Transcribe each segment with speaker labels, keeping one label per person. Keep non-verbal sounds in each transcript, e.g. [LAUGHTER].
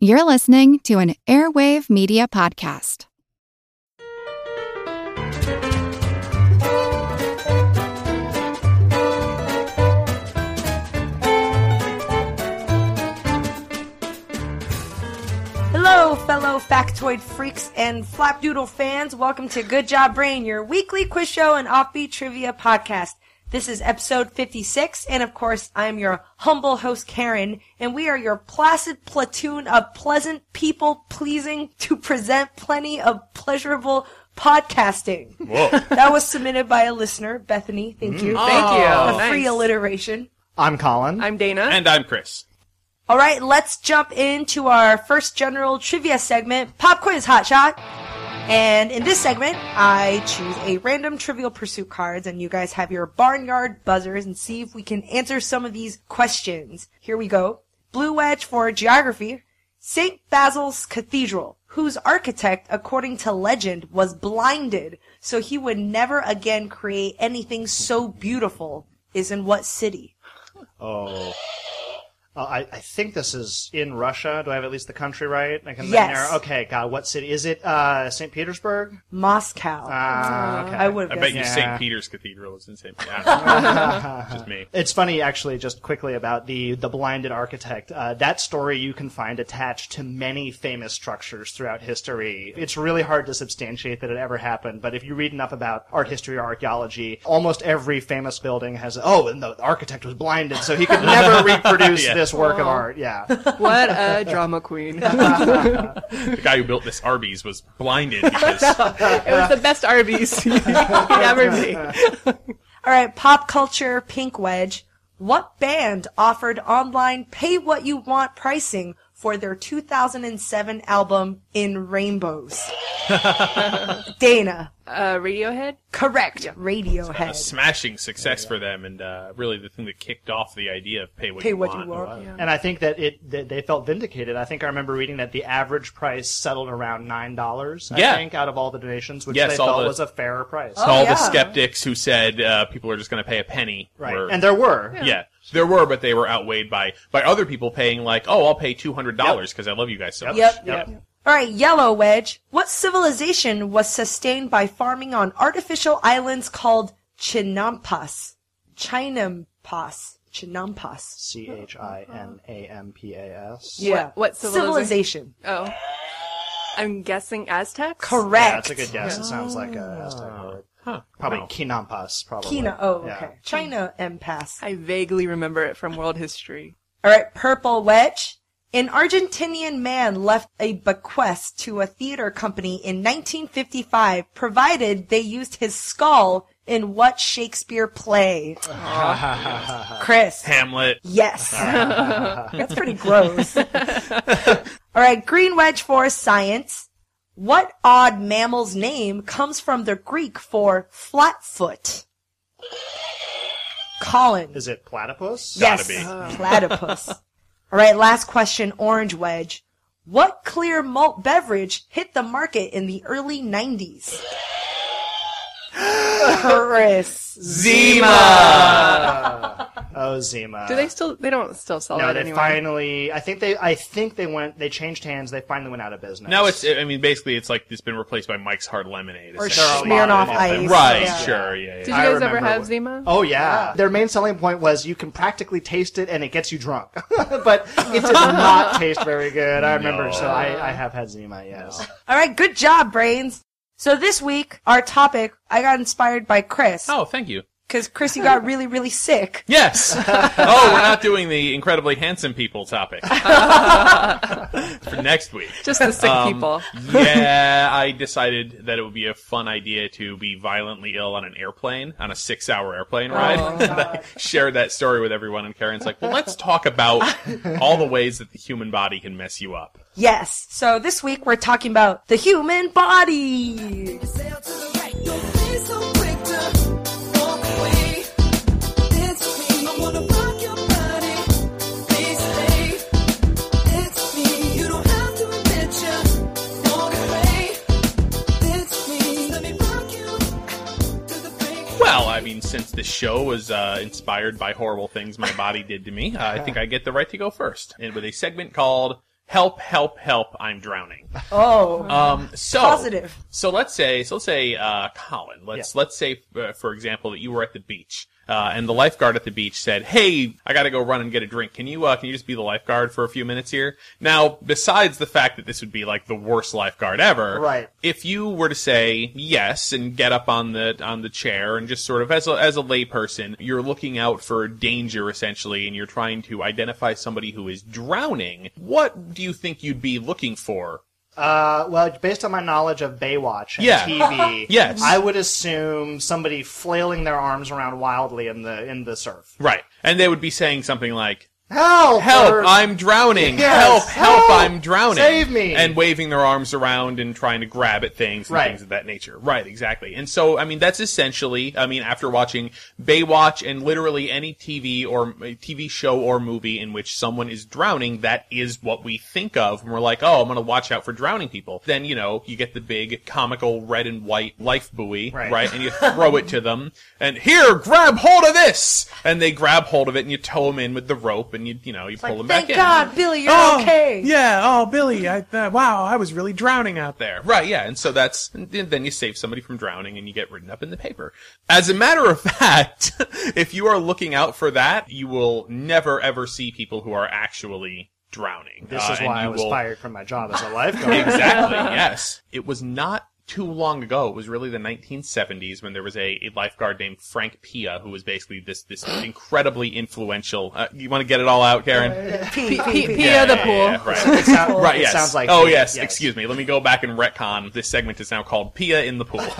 Speaker 1: You're listening to an Airwave Media Podcast.
Speaker 2: Hello, fellow factoid freaks and flapdoodle fans. Welcome to Good Job Brain, your weekly quiz show and offbeat trivia podcast. This is episode 56, and of course, I'm your humble host, Karen, and we are your placid platoon of pleasant people pleasing to present plenty of pleasurable podcasting.
Speaker 3: Whoa.
Speaker 2: That was submitted by a listener, Bethany. Thank you.
Speaker 4: Mm. Thank you.
Speaker 2: A
Speaker 4: Nice.
Speaker 2: free alliteration.
Speaker 5: I'm Colin.
Speaker 4: I'm Dana.
Speaker 3: and I'm Chris.
Speaker 2: All right, let's jump into our first general trivia segment, Pop Quiz Hot Shot. And in this segment, I choose a random trivial pursuit cards and you guys have your barnyard buzzers and see if we can answer some of these questions. Here we go. Blue Wedge for geography. St. Basil's Cathedral, whose architect, according to legend, was blinded so he would never again create anything so beautiful, is in what city?
Speaker 5: Oh. Uh, I, I think this is in Russia. Do I have at least the country right? I can
Speaker 2: Yes.
Speaker 5: narrow- Okay, God, what city? Is it uh, St. Petersburg?
Speaker 2: Moscow.
Speaker 5: Ah, okay.
Speaker 2: I would
Speaker 3: Uh, I
Speaker 2: have
Speaker 3: bet you
Speaker 5: Yeah.
Speaker 3: St. Peter's Cathedral is
Speaker 2: [LAUGHS]
Speaker 3: in St. Petersburg. Just me.
Speaker 5: It's funny, actually, just quickly about the the blinded architect. Uh, that story you can find attached to many famous structures throughout history. It's really hard to substantiate that it ever happened, but if you read enough about art history or archaeology, almost every famous building has. Oh, and the architect was blinded, so he could never reproduce
Speaker 3: Yeah.
Speaker 5: this work of art. Yeah.
Speaker 4: What a drama queen. it
Speaker 3: The guy who built this Arby's was
Speaker 2: [LAUGHS]
Speaker 3: blinded because
Speaker 4: was the best Arby's [LAUGHS] you could ever be.
Speaker 2: All right, pop culture pink wedge. What band offered online pay what you want pricing for their 2007 album In Rainbows?
Speaker 4: [LAUGHS]
Speaker 2: Dana.
Speaker 4: Uh, Radiohead?
Speaker 2: Correct.
Speaker 3: a
Speaker 2: Radiohead.
Speaker 3: smashing success for them, and uh, really the thing that kicked off the idea of pay what,
Speaker 2: Pay
Speaker 3: you,
Speaker 2: what
Speaker 3: want.
Speaker 2: you want.
Speaker 5: And I think that it that they felt vindicated. I think I remember reading that the average price settled around nine dollars.
Speaker 3: Yeah.
Speaker 5: I think out of all the donations, which
Speaker 3: Yes,
Speaker 5: they
Speaker 3: all
Speaker 5: felt
Speaker 3: the-
Speaker 5: was a fairer price.
Speaker 3: So all
Speaker 2: Oh, yeah.
Speaker 3: the skeptics who said uh, people are just going to pay a penny,
Speaker 5: right,
Speaker 3: were-
Speaker 5: and there were.
Speaker 3: yeah. there were, but they were outweighed by by other people paying like, oh, I'll pay two hundred dollars because I love you guys so much.
Speaker 2: Yep.
Speaker 5: Yep.
Speaker 2: All right, yellow wedge. What civilization was sustained by farming on artificial islands called Chinampas? Chinampas. Chinampas.
Speaker 5: C H I N A M P A S.
Speaker 4: Yeah. What- what
Speaker 2: civilization?
Speaker 4: civilization? Oh. I'm guessing Aztecs?
Speaker 2: Correct.
Speaker 5: Yeah, that's a good guess. It sounds like a Aztec word.
Speaker 3: Ah. Huh.
Speaker 5: Probably
Speaker 3: Wow.
Speaker 5: Kinampas. Probably
Speaker 2: China. Oh, okay.
Speaker 5: Yeah.
Speaker 2: China impasse.
Speaker 4: I vaguely remember it from world history.
Speaker 2: All right, purple wedge. An Argentinian man left a bequest to a theater company in 1955, provided they used his skull in what Shakespeare play? Chris.
Speaker 3: Hamlet.
Speaker 2: Yes. That's pretty gross. All right, green wedge for science. What odd mammal's name comes from the Greek for flatfoot? Colin.
Speaker 5: Is it platypus?
Speaker 3: Gotta
Speaker 2: yes, [LAUGHS]
Speaker 3: be.
Speaker 2: platypus. All right, last question, Orange Wedge. What clear malt beverage hit the market in the early 90s?
Speaker 3: [LAUGHS]
Speaker 2: Chris.
Speaker 5: Oh, Zima.
Speaker 4: Do they still, they don't still sell
Speaker 5: No,
Speaker 4: that
Speaker 5: they
Speaker 4: anyway.
Speaker 5: finally. I think they. I think they went. They changed hands. They finally went out of business.
Speaker 3: Now it's. I mean, basically, it's like it's been replaced by Mike's Hard Lemonade.
Speaker 2: Or
Speaker 3: essentially.
Speaker 5: There are a lot
Speaker 2: Smirnoff
Speaker 5: of them.
Speaker 2: Ice.
Speaker 3: Right.
Speaker 2: Yeah.
Speaker 3: Sure. Yeah.
Speaker 4: Did you
Speaker 3: yeah.
Speaker 5: I
Speaker 4: guys ever
Speaker 5: remember
Speaker 4: have
Speaker 5: what-
Speaker 4: Zima?
Speaker 5: Oh yeah. Their main selling point was you can practically taste it and it gets you drunk. [LAUGHS] but it did not taste very good. I remember, so I, I have had Zima, yes.
Speaker 2: All right, good job, brains. So this week, our topic, I got inspired by Chris.
Speaker 3: Oh, thank you.
Speaker 2: Because Chris, you got really, really sick.
Speaker 3: Yes. oh, we're not doing the incredibly handsome people topic for next week.
Speaker 4: Just the sick
Speaker 3: Um,
Speaker 4: people.
Speaker 3: yeah, I decided that it would be a fun idea to be violently ill on an airplane, on a six hour airplane ride. [LAUGHS] And I shared that story with everyone, and Karen's like, well, let's talk about all the ways that the human body can mess you up.
Speaker 2: Yes. So this week, we're talking about the human
Speaker 6: Sail
Speaker 2: body.
Speaker 6: to the right, don't be so quick to walk away. It's me. I wanna rock your body, please stay. It's me. You don't have to admit you walk away. It's me. Let me rock you to the break.
Speaker 3: Well, I mean, since this show was uh, inspired by horrible things my body did to me, I think I get the right to go first. And with a segment called help, help, help, I'm drowning.
Speaker 2: Oh.
Speaker 3: Um, so
Speaker 2: Positive.
Speaker 3: So let's say, so let's say, uh, Colin. Let's let's say, uh, for example, that you were at the beach, uh, and the lifeguard at the beach said, "Hey, I got to go run and get a drink. Can you uh, can you just be the lifeguard for a few minutes here?" Now, besides the fact that this would be like the worst lifeguard ever,
Speaker 5: Right.
Speaker 3: If you were to say yes and get up on the on the chair and just sort of as a, as a layperson, you're looking out for danger essentially, and you're trying to identify somebody who is drowning. What do you think you'd be looking for
Speaker 5: Uh, well, based on my knowledge of Baywatch and
Speaker 3: Yeah.
Speaker 5: TV,
Speaker 3: [LAUGHS] Yes.
Speaker 5: I would assume somebody flailing their arms around wildly in the in the surf.
Speaker 3: Right. And they would be saying something like,
Speaker 5: Help!
Speaker 3: Help,
Speaker 5: or-
Speaker 3: I'm drowning.
Speaker 5: Yes,
Speaker 3: help, help,
Speaker 5: help,
Speaker 3: I'm drowning.
Speaker 5: save me.
Speaker 3: And waving their arms around and trying to grab at things and
Speaker 5: Right.
Speaker 3: things of that nature. Right, exactly. And so, I mean, that's essentially, I mean, after watching Baywatch and literally any TV or TV show or movie in which someone is drowning, that is what we think of when we're like, oh, I'm going to watch out for drowning people. Then, you know, you get the big comical red and white life buoy,
Speaker 5: Right.
Speaker 3: right? and you throw it to them and here grab hold of this and they grab hold of it and you tow them in with the rope and you you know you pull them
Speaker 2: Thank
Speaker 3: back
Speaker 2: God,
Speaker 3: in
Speaker 2: Billy, you're okay.
Speaker 3: yeah oh billy i uh, wow i was really drowning out there right yeah and so that's and then you save somebody from drowning and you get written up in the paper as a matter of [LAUGHS] fact if you are looking out for that you will never ever see people who are actually drowning
Speaker 5: This
Speaker 3: Uh,
Speaker 5: is
Speaker 3: and
Speaker 5: why I
Speaker 3: you
Speaker 5: was
Speaker 3: will-
Speaker 5: fired from my job as a lifeguard.
Speaker 3: [LAUGHS]
Speaker 5: [LAUGHS]
Speaker 3: exactly. Yes. It was not too long ago. It was really the 1970s when there was a, a lifeguard named Frank Pia who was basically this
Speaker 5: [GASPS]
Speaker 3: this incredibly influential. Uh, you want to get it all out, Karen?
Speaker 2: P- P- P-
Speaker 3: Yeah,
Speaker 4: Pia the
Speaker 3: yeah,
Speaker 4: pool.
Speaker 3: yeah,
Speaker 5: [LAUGHS]
Speaker 3: right.
Speaker 5: It sound-
Speaker 3: Right.
Speaker 5: it
Speaker 3: Yes.
Speaker 5: sounds like
Speaker 3: oh
Speaker 5: it,
Speaker 3: yes. Excuse me. Let me go back and retcon. This segment is now called Pia in
Speaker 5: [LAUGHS]
Speaker 3: the pool. [LAUGHS]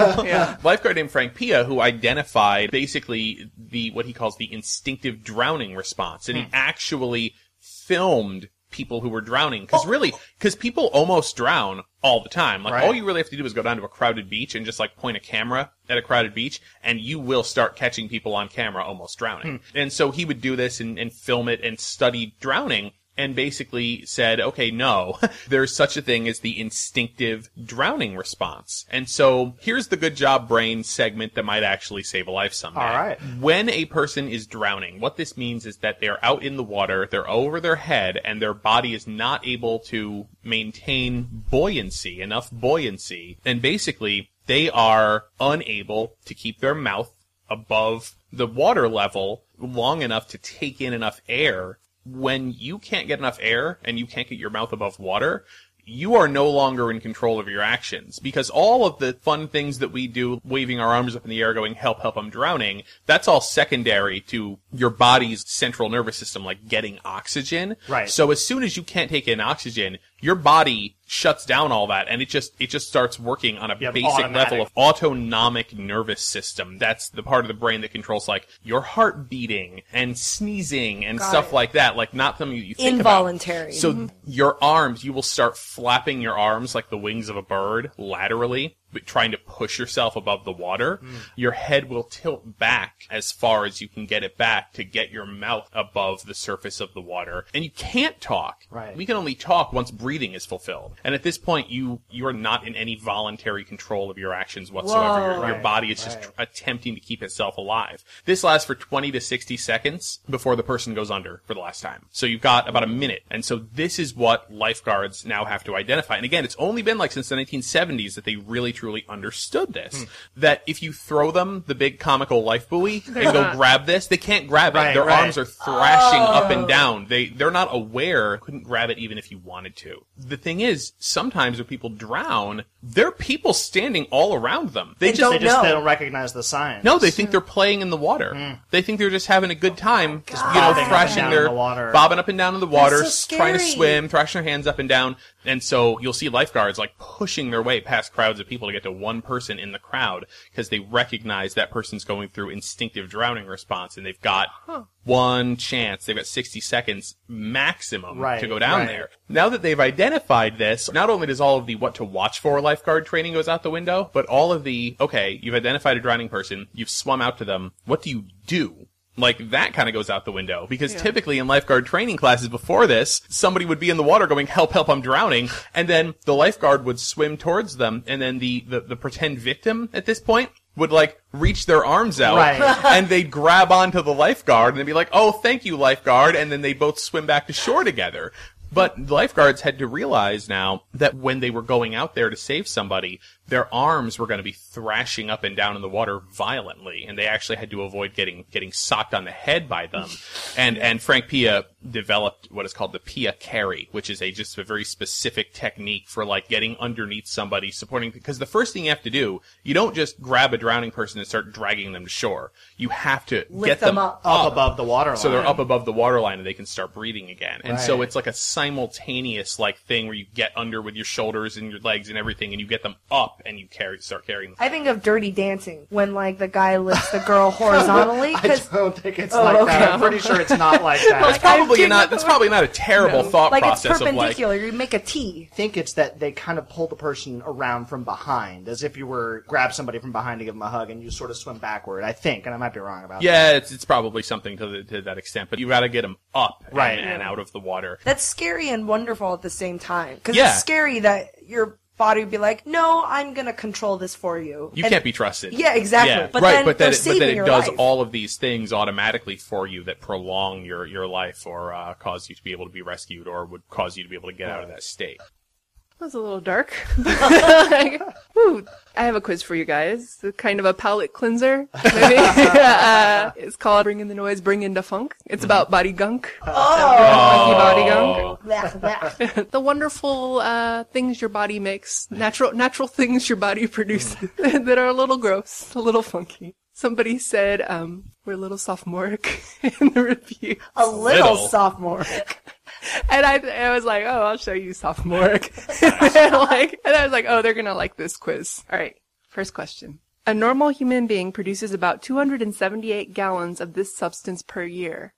Speaker 3: Lifeguard named Frank Pia who identified basically the what he calls the instinctive drowning response,
Speaker 5: Hmm.
Speaker 3: and he actually filmed people who were drowning because really because people almost drown all the time like
Speaker 5: Right.
Speaker 3: all you really have to do is go down to a crowded beach and just like point a camera at a crowded beach and you will start catching people on camera almost drowning
Speaker 5: Hmm.
Speaker 3: and so he would do this and, and film it and study drowning and basically said, okay, no, [LAUGHS] there's such a thing as the instinctive drowning response. And so here's the good job brain segment that might actually save a life someday.
Speaker 5: All right.
Speaker 3: When a person is drowning, what this means is that they are out in the water, they're over their head, and their body is not able to maintain buoyancy, enough buoyancy. And basically, they are unable to keep their mouth above the water level long enough to take in enough air. When you can't get enough air and you can't get your mouth above water, you are no longer in control of your actions because all of the fun things that we do, waving our arms up in the air, going, help, help, I'm drowning, that's all secondary to your body's central nervous system, like getting oxygen.
Speaker 5: Right.
Speaker 3: So as soon as you can't take in oxygen, your body shuts down all that and it just, it just starts working on a
Speaker 5: Yeah,
Speaker 3: basic
Speaker 5: automatic.
Speaker 3: level of autonomic nervous system. That's the part of the brain that controls like your heart beating and sneezing and stuff
Speaker 2: it.
Speaker 3: like that. Like not something you think about.
Speaker 2: Involuntary.
Speaker 3: So your arms, you will start flapping your arms like the wings of a bird laterally, but trying to push yourself above the water.
Speaker 5: Mm.
Speaker 3: Your head will tilt back as far as you can get it back to get your mouth above the surface of the water. And you can't talk.
Speaker 5: Right.
Speaker 3: We can only talk once breathing is fulfilled. And at this point, you, you are not in any voluntary control of your actions whatsoever. Your- your
Speaker 5: Right.
Speaker 3: body body is just tr- attempting to keep itself alive. This lasts for 20 to 60 seconds before the person goes under for the last time. So you've got about a minute. And so this is what lifeguards now have to identify. And again, it's only been like since the 1970s that they really truly understood
Speaker 5: Hmm.
Speaker 3: this. That if you throw them the big comical
Speaker 5: [LAUGHS]
Speaker 3: life buoy and go grab this, they can't grab it.
Speaker 5: Right,
Speaker 3: Their
Speaker 5: right. Oh.
Speaker 3: arms are thrashing up and down. They they're not aware, couldn't grab it even if you wanted to. The thing is, sometimes when people drown, there are people standing all around them. They
Speaker 2: They
Speaker 3: just
Speaker 5: They just
Speaker 2: No.
Speaker 5: they don't recognize the signs.
Speaker 3: no, they think they're playing in the water. They think they're just having a good time,
Speaker 5: Oh,
Speaker 3: just, you know,
Speaker 5: bobbing up and
Speaker 3: thrashing
Speaker 5: down
Speaker 3: their
Speaker 5: in the water.
Speaker 3: bobbing up and down in the water,
Speaker 2: That's so
Speaker 3: trying to
Speaker 2: scary.
Speaker 3: swim, thrashing their hands up and down. And so you'll see lifeguards like pushing their way past crowds of people to get to one person in the crowd because they recognize that person's going through instinctive drowning response and they've got one chance. They've got 60 seconds maximum
Speaker 5: Right,
Speaker 3: to go down
Speaker 5: right.
Speaker 3: there. Now that they've identified this, not only does all of the what to watch for lifeguard training goes out the window, but all of the, okay, you've identified a drowning person, you've swum out to them, what do you do? Like that kind of goes out the window because typically in lifeguard training classes before this, somebody would be in the water going, help, help, I'm drowning. And then the lifeguard would swim towards them. And then the, the, the pretend victim at this point would like reach their arms out
Speaker 5: Right.
Speaker 3: [LAUGHS] and they'd grab onto the lifeguard and they'd be like, "Oh, thank you, lifeguard," and then they both swim back to shore together. But the lifeguards had to realize now that when they were going out there to save somebody, their arms were going to be thrashing up and down in the water violently, and they actually had to avoid getting getting socked on the head by them. And and Frank Pia developed what is called the Pia carry, which is a just a very specific technique for like getting underneath somebody, supporting because the first thing you have to do, you don't just grab a drowning person and start dragging them to shore. You have to get
Speaker 2: them
Speaker 3: them,
Speaker 2: up.
Speaker 5: up above the water line.
Speaker 3: so they're up above the water line and they can start breathing again. And so
Speaker 5: Right.
Speaker 3: it's like a simultaneous like thing where you get under with your shoulders and your legs and everything, and you get them up and you carry start carrying them.
Speaker 2: I think of Dirty Dancing when like the guy lifts the
Speaker 3: [LAUGHS]
Speaker 2: girl horizontally
Speaker 5: I
Speaker 2: because
Speaker 5: don't think it's like that. I'm pretty sure it's not like that.
Speaker 3: That's
Speaker 2: I've
Speaker 3: probably
Speaker 2: given
Speaker 3: not.
Speaker 2: up
Speaker 3: That's probably not a terrible thought
Speaker 2: like it's
Speaker 3: process of like.
Speaker 2: perpendicular. you make a T.
Speaker 5: think it's that they kind of pull the person around from behind, as if you were grab somebody from behind to give them a hug, and you sort of swim backward. I think, and I might be wrong about that.
Speaker 3: Yeah, it's, it's probably something to, the, to that extent, but you got to get them up and-
Speaker 5: Right.
Speaker 3: and, out of the water.
Speaker 2: That's scary and wonderful at the same time because
Speaker 3: Yeah.
Speaker 2: it's scary that your body would be like, no, I'm gonna control this for you.
Speaker 3: You
Speaker 2: And-
Speaker 3: can't be trusted.
Speaker 2: Yeah, exactly. But
Speaker 3: right,
Speaker 2: then
Speaker 3: but
Speaker 2: they're
Speaker 3: then, it, but
Speaker 2: saving
Speaker 3: then it
Speaker 2: your [LAUGHS]
Speaker 3: does
Speaker 2: life.
Speaker 3: all of these things automatically for you that prolong your, your life or uh, cause you to be able to be rescued or would cause you to be able to get out of that state.
Speaker 4: That was a little dark. [LAUGHS] Whew. I have a quiz for you guys. It's Kind of a palate cleanser. Maybe. [LAUGHS] uh, it's called Bring in the Noise, Bring in the Funk. It's about body gunk.
Speaker 3: Oh.
Speaker 4: Funky body
Speaker 3: Uh,
Speaker 4: gunk.
Speaker 2: Blah, blah.
Speaker 3: [LAUGHS]
Speaker 4: the wonderful uh, things your body makes, natural natural things your body produces [LAUGHS] that are a little gross, a little funky. Somebody said um, we're a little sophomoric [LAUGHS] in the review,
Speaker 2: a little,
Speaker 3: Little.
Speaker 2: sophomore.
Speaker 4: and I, I was like, oh, I'll show you sophomoric, [LAUGHS] and, like, and I was like, oh, they're gonna like this quiz. All right, first question. A normal human being produces about 278 gallons of this substance per year.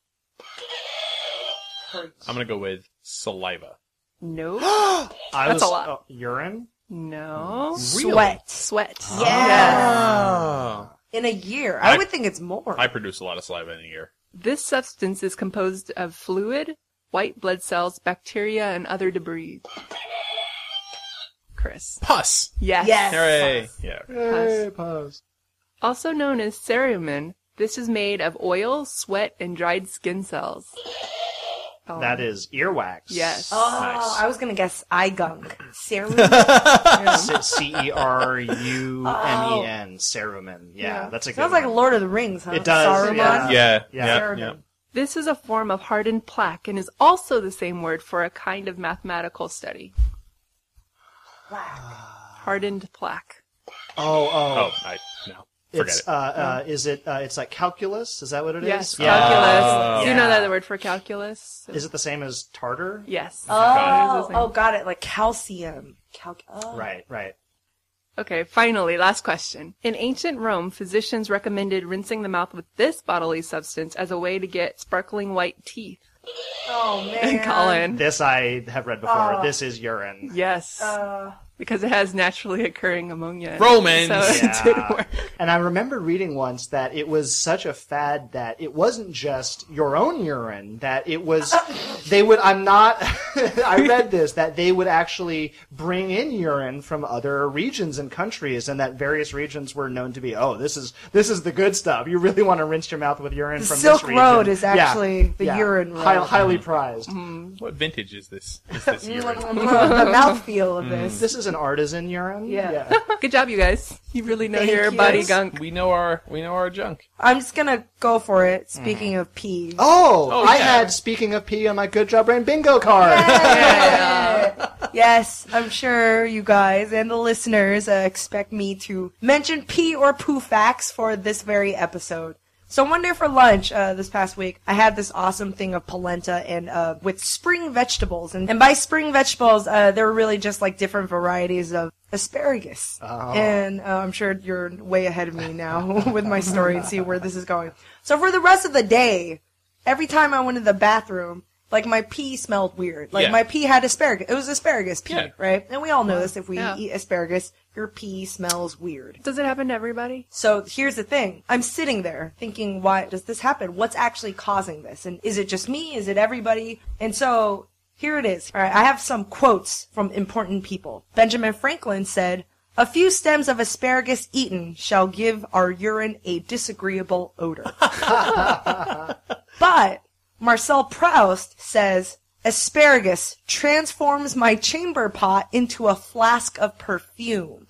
Speaker 3: I'm gonna go with saliva.
Speaker 4: No, [GASPS]
Speaker 5: I
Speaker 4: That's
Speaker 5: was-
Speaker 4: a lot.
Speaker 5: oh, urine.
Speaker 4: no,
Speaker 2: Sweat.
Speaker 4: sweat.
Speaker 2: Yeah.
Speaker 3: Oh.
Speaker 2: In a year, I,
Speaker 3: I-
Speaker 2: would think it's more.
Speaker 3: I produce a lot of saliva in a year.
Speaker 4: This substance is composed of fluid, white blood cells, bacteria, and other debris. Chris.
Speaker 3: Pus.
Speaker 4: Yes.
Speaker 2: Yes.
Speaker 3: Hooray. Yeah. okay.
Speaker 4: Pus. Also known as cerumen, this is made of oil, sweat, and dried skin cells. Oh.
Speaker 5: That is earwax.
Speaker 4: Yes.
Speaker 2: oh,
Speaker 3: Nice.
Speaker 2: I was gonna guess eye
Speaker 3: [LAUGHS]
Speaker 2: gunk. Serum.
Speaker 5: C E R U M E N. Cerumen. Yeah, that's a good.
Speaker 2: Sounds like
Speaker 5: one.
Speaker 2: Lord of the Rings, huh?
Speaker 5: It does,
Speaker 2: Saruman.
Speaker 5: yeah.
Speaker 3: Yeah.
Speaker 5: Yeah.
Speaker 3: Yeah.
Speaker 2: Cerumen.
Speaker 3: yeah.
Speaker 4: This is a form of hardened plaque and is also the same word for a kind of mathematical study. Hardened plaque.
Speaker 5: Oh,
Speaker 3: Oh,
Speaker 5: oh.
Speaker 3: I no. Forget
Speaker 5: it's
Speaker 3: it.
Speaker 5: uh, uh, is it? Uh, it's like calculus. Is that what it is?
Speaker 4: Yes,
Speaker 5: Yeah.
Speaker 4: calculus. Do you know
Speaker 5: Yeah.
Speaker 4: that the word for calculus?
Speaker 5: Is it the same as tartar?
Speaker 4: Yes.
Speaker 2: Oh,
Speaker 4: It is the
Speaker 2: oh,
Speaker 4: same.
Speaker 2: got it. Like calcium. Cal- oh.
Speaker 5: Right. Right.
Speaker 4: Okay, finally, last question. In ancient Rome, physicians recommended rinsing the mouth with this bodily substance as a way to get sparkling white teeth.
Speaker 2: Oh man.
Speaker 4: [LAUGHS] Colin.
Speaker 5: This I have read before. this is urine.
Speaker 4: Yes. because it has naturally occurring ammonia. in it,
Speaker 3: Romans!
Speaker 4: So it
Speaker 5: Yeah.
Speaker 4: [LAUGHS] didn't work.
Speaker 5: And I remember reading once that it was such a fad that it wasn't just your own urine, that it
Speaker 2: [LAUGHS]
Speaker 5: was, they would, I'm not, [LAUGHS] I read this, that they would actually bring in urine from other regions and countries, and that various regions were known to be, oh, this is, this is the good stuff. You really want to rinse your mouth with urine
Speaker 2: The
Speaker 5: from
Speaker 2: Silk
Speaker 5: this region.
Speaker 2: Road is actually the urine
Speaker 5: Hi-
Speaker 2: road.
Speaker 5: highly prized.
Speaker 3: What vintage is this?
Speaker 2: [LAUGHS]
Speaker 3: Is this
Speaker 2: Mm, the
Speaker 3: urine?
Speaker 2: mouthfeel of this.
Speaker 5: This is an artisan urine.
Speaker 2: Yeah. [LAUGHS]
Speaker 4: Good job, you guys. You really know
Speaker 2: Thank
Speaker 4: your
Speaker 2: you.
Speaker 4: body gunk.
Speaker 3: We know our we know our junk.
Speaker 2: I'm just gonna go for it. Speaking of pee.
Speaker 5: Oh,
Speaker 3: Oh,
Speaker 5: I
Speaker 3: yeah.
Speaker 5: had, speaking of pee, on my Good Job Brain bingo card.
Speaker 2: [LAUGHS] Yes, I'm sure you guys and the listeners uh, expect me to mention pee or poo facts for this very episode. So one day for lunch uh, this past week, I had this awesome thing of polenta and uh, with spring vegetables, and, and by spring vegetables, uh, they were really just like different varieties of asparagus. And uh, I'm sure you're way ahead of me now [LAUGHS] with my story and see where this is going. So for the rest of the day, every time I went to the bathroom, like my pee smelled weird. Like
Speaker 3: Yeah.
Speaker 2: my pee had asparagus. It was asparagus pee,
Speaker 3: Yeah.
Speaker 2: right? And we all know this. If we
Speaker 4: Yeah.
Speaker 2: eat asparagus, your pee smells weird.
Speaker 4: Does it happen to everybody?
Speaker 2: So here's the thing. I'm sitting there thinking, why does this happen? What's actually causing this? And is it just me? Is it everybody? And so here it is. All right. I have some quotes from important people. Benjamin Franklin said, a few stems of asparagus eaten shall give our urine a disagreeable odor. But Marcel Proust says, Asparagus transforms my chamber pot into a flask of perfume.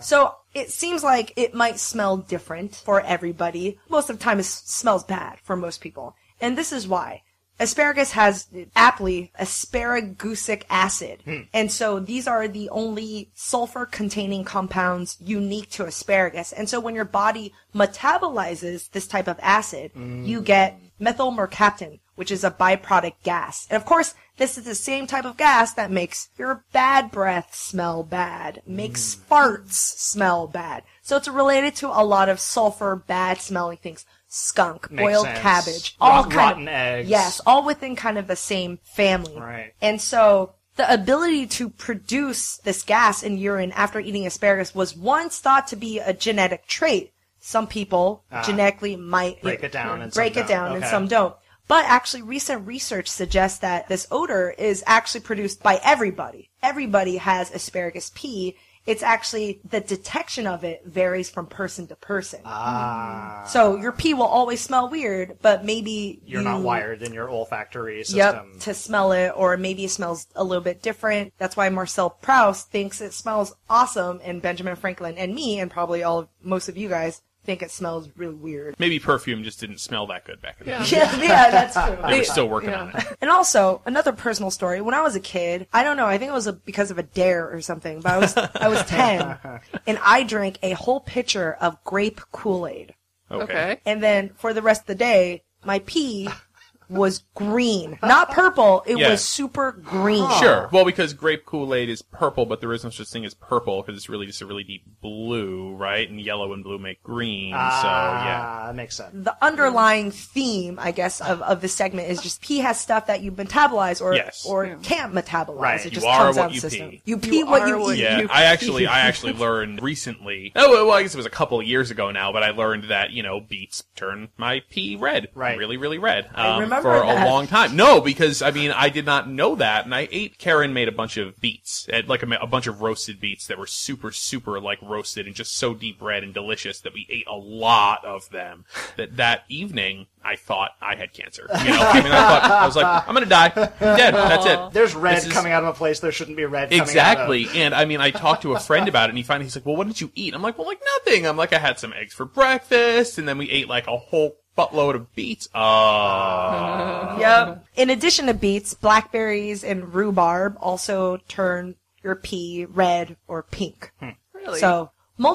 Speaker 2: So it seems like it might smell different for everybody. Most of the time, it s- smells bad for most people. And this is why. Asparagus has aptly asparagusic acid. And so these are the only sulfur containing compounds unique to asparagus. And so when your body metabolizes this type of acid, you get methylmercaptan, which is a byproduct gas. And of course, this is the same type of gas that makes your bad breath smell bad, makes
Speaker 5: Mm.
Speaker 2: farts smell bad. So it's related to a lot of sulfur, bad smelling things. Skunk,
Speaker 5: Makes
Speaker 2: boiled
Speaker 5: sense.
Speaker 2: cabbage,
Speaker 5: Rot-
Speaker 2: all kind
Speaker 5: rotten eggs.
Speaker 2: Yes, all within kind of the same family.
Speaker 5: Right.
Speaker 2: And so the ability to produce this gas in urine after eating asparagus was once thought to be a genetic trait. Some people genetically might
Speaker 5: Ah. Break it down and some
Speaker 2: break it
Speaker 5: don't.
Speaker 2: down and
Speaker 5: Okay.
Speaker 2: some don't. But actually, recent research suggests that this odor is actually produced by everybody. Everybody has asparagus pea. It's actually the detection of it varies from person to person.
Speaker 5: Ah,
Speaker 2: So your pee will always smell weird, but maybe
Speaker 5: you're
Speaker 2: you-
Speaker 5: not wired in your olfactory
Speaker 2: Mm. Yep,
Speaker 5: system.
Speaker 2: to smell it, or maybe it smells a little bit different. That's why Marcel Proust thinks it smells awesome, and Benjamin Franklin and me, and probably all of, most of you guys, think it smells really weird.
Speaker 3: Maybe perfume just didn't smell that good back then.
Speaker 2: [LAUGHS] Yeah, yeah, that's [LAUGHS] true.
Speaker 3: They were still working on it.
Speaker 2: And also, another personal story. When I was a kid, I don't know, I think it was a, because of a dare or something, but I was I was
Speaker 3: [LAUGHS]
Speaker 2: 10 and I drank a whole pitcher of grape Kool-Aid.
Speaker 3: Okay.
Speaker 4: Okay.
Speaker 2: And then for the rest of the day, my
Speaker 3: [LAUGHS]
Speaker 2: pee was green. Not purple, it
Speaker 3: Yeah.
Speaker 2: was super green.
Speaker 3: Sure. Well, because grape Kool Aid is purple, but there is no such thing as purple because it's really just a really deep blue, right? And yellow and blue make green. so yeah.
Speaker 5: Ah, that makes sense.
Speaker 2: The underlying theme, I guess, of, of this segment is just pee has stuff that you metabolize or
Speaker 3: Yes.
Speaker 2: or can't metabolize.
Speaker 5: Right.
Speaker 2: It
Speaker 5: You
Speaker 2: just
Speaker 3: are
Speaker 2: comes
Speaker 3: what
Speaker 2: out of
Speaker 3: you
Speaker 2: the system.
Speaker 3: pee.
Speaker 2: You pee
Speaker 4: You
Speaker 2: what
Speaker 4: are
Speaker 2: you
Speaker 4: what
Speaker 2: eat.
Speaker 4: you-
Speaker 3: Yeah,
Speaker 2: [LAUGHS]
Speaker 3: I actually, I actually learned recently. Oh well, I guess it was a couple of years ago now, but I learned that you know beets turn my pee red,
Speaker 5: Right.
Speaker 3: Really, really red. Um,
Speaker 2: remember
Speaker 3: for
Speaker 2: that.
Speaker 3: a long time. No, because I mean, I did not know that, and I ate. Karen made a bunch of beets, and, like a, ma- a bunch of roasted beets that were super, super like roasted and just so deep red and delicious that we ate a lot of them. That that evening, I thought I had cancer. You know, I mean, I thought I was like, I'm gonna die, dead. That's it.
Speaker 5: There's red
Speaker 3: This is-
Speaker 5: coming out of a place there shouldn't be red. coming out of.
Speaker 3: Exactly. And I mean, I talked to a friend about it and he finally, he's like, well, what did you eat? I'm like, well, like nothing. I'm like, I had some eggs for breakfast and then we ate like a whole buttload of beets.
Speaker 5: Ah.
Speaker 3: Oh.
Speaker 2: Yep. Mm-hmm. In addition to beets, blackberries and rhubarb also turn your pee red or pink.
Speaker 5: Hmm.
Speaker 4: Really?
Speaker 2: So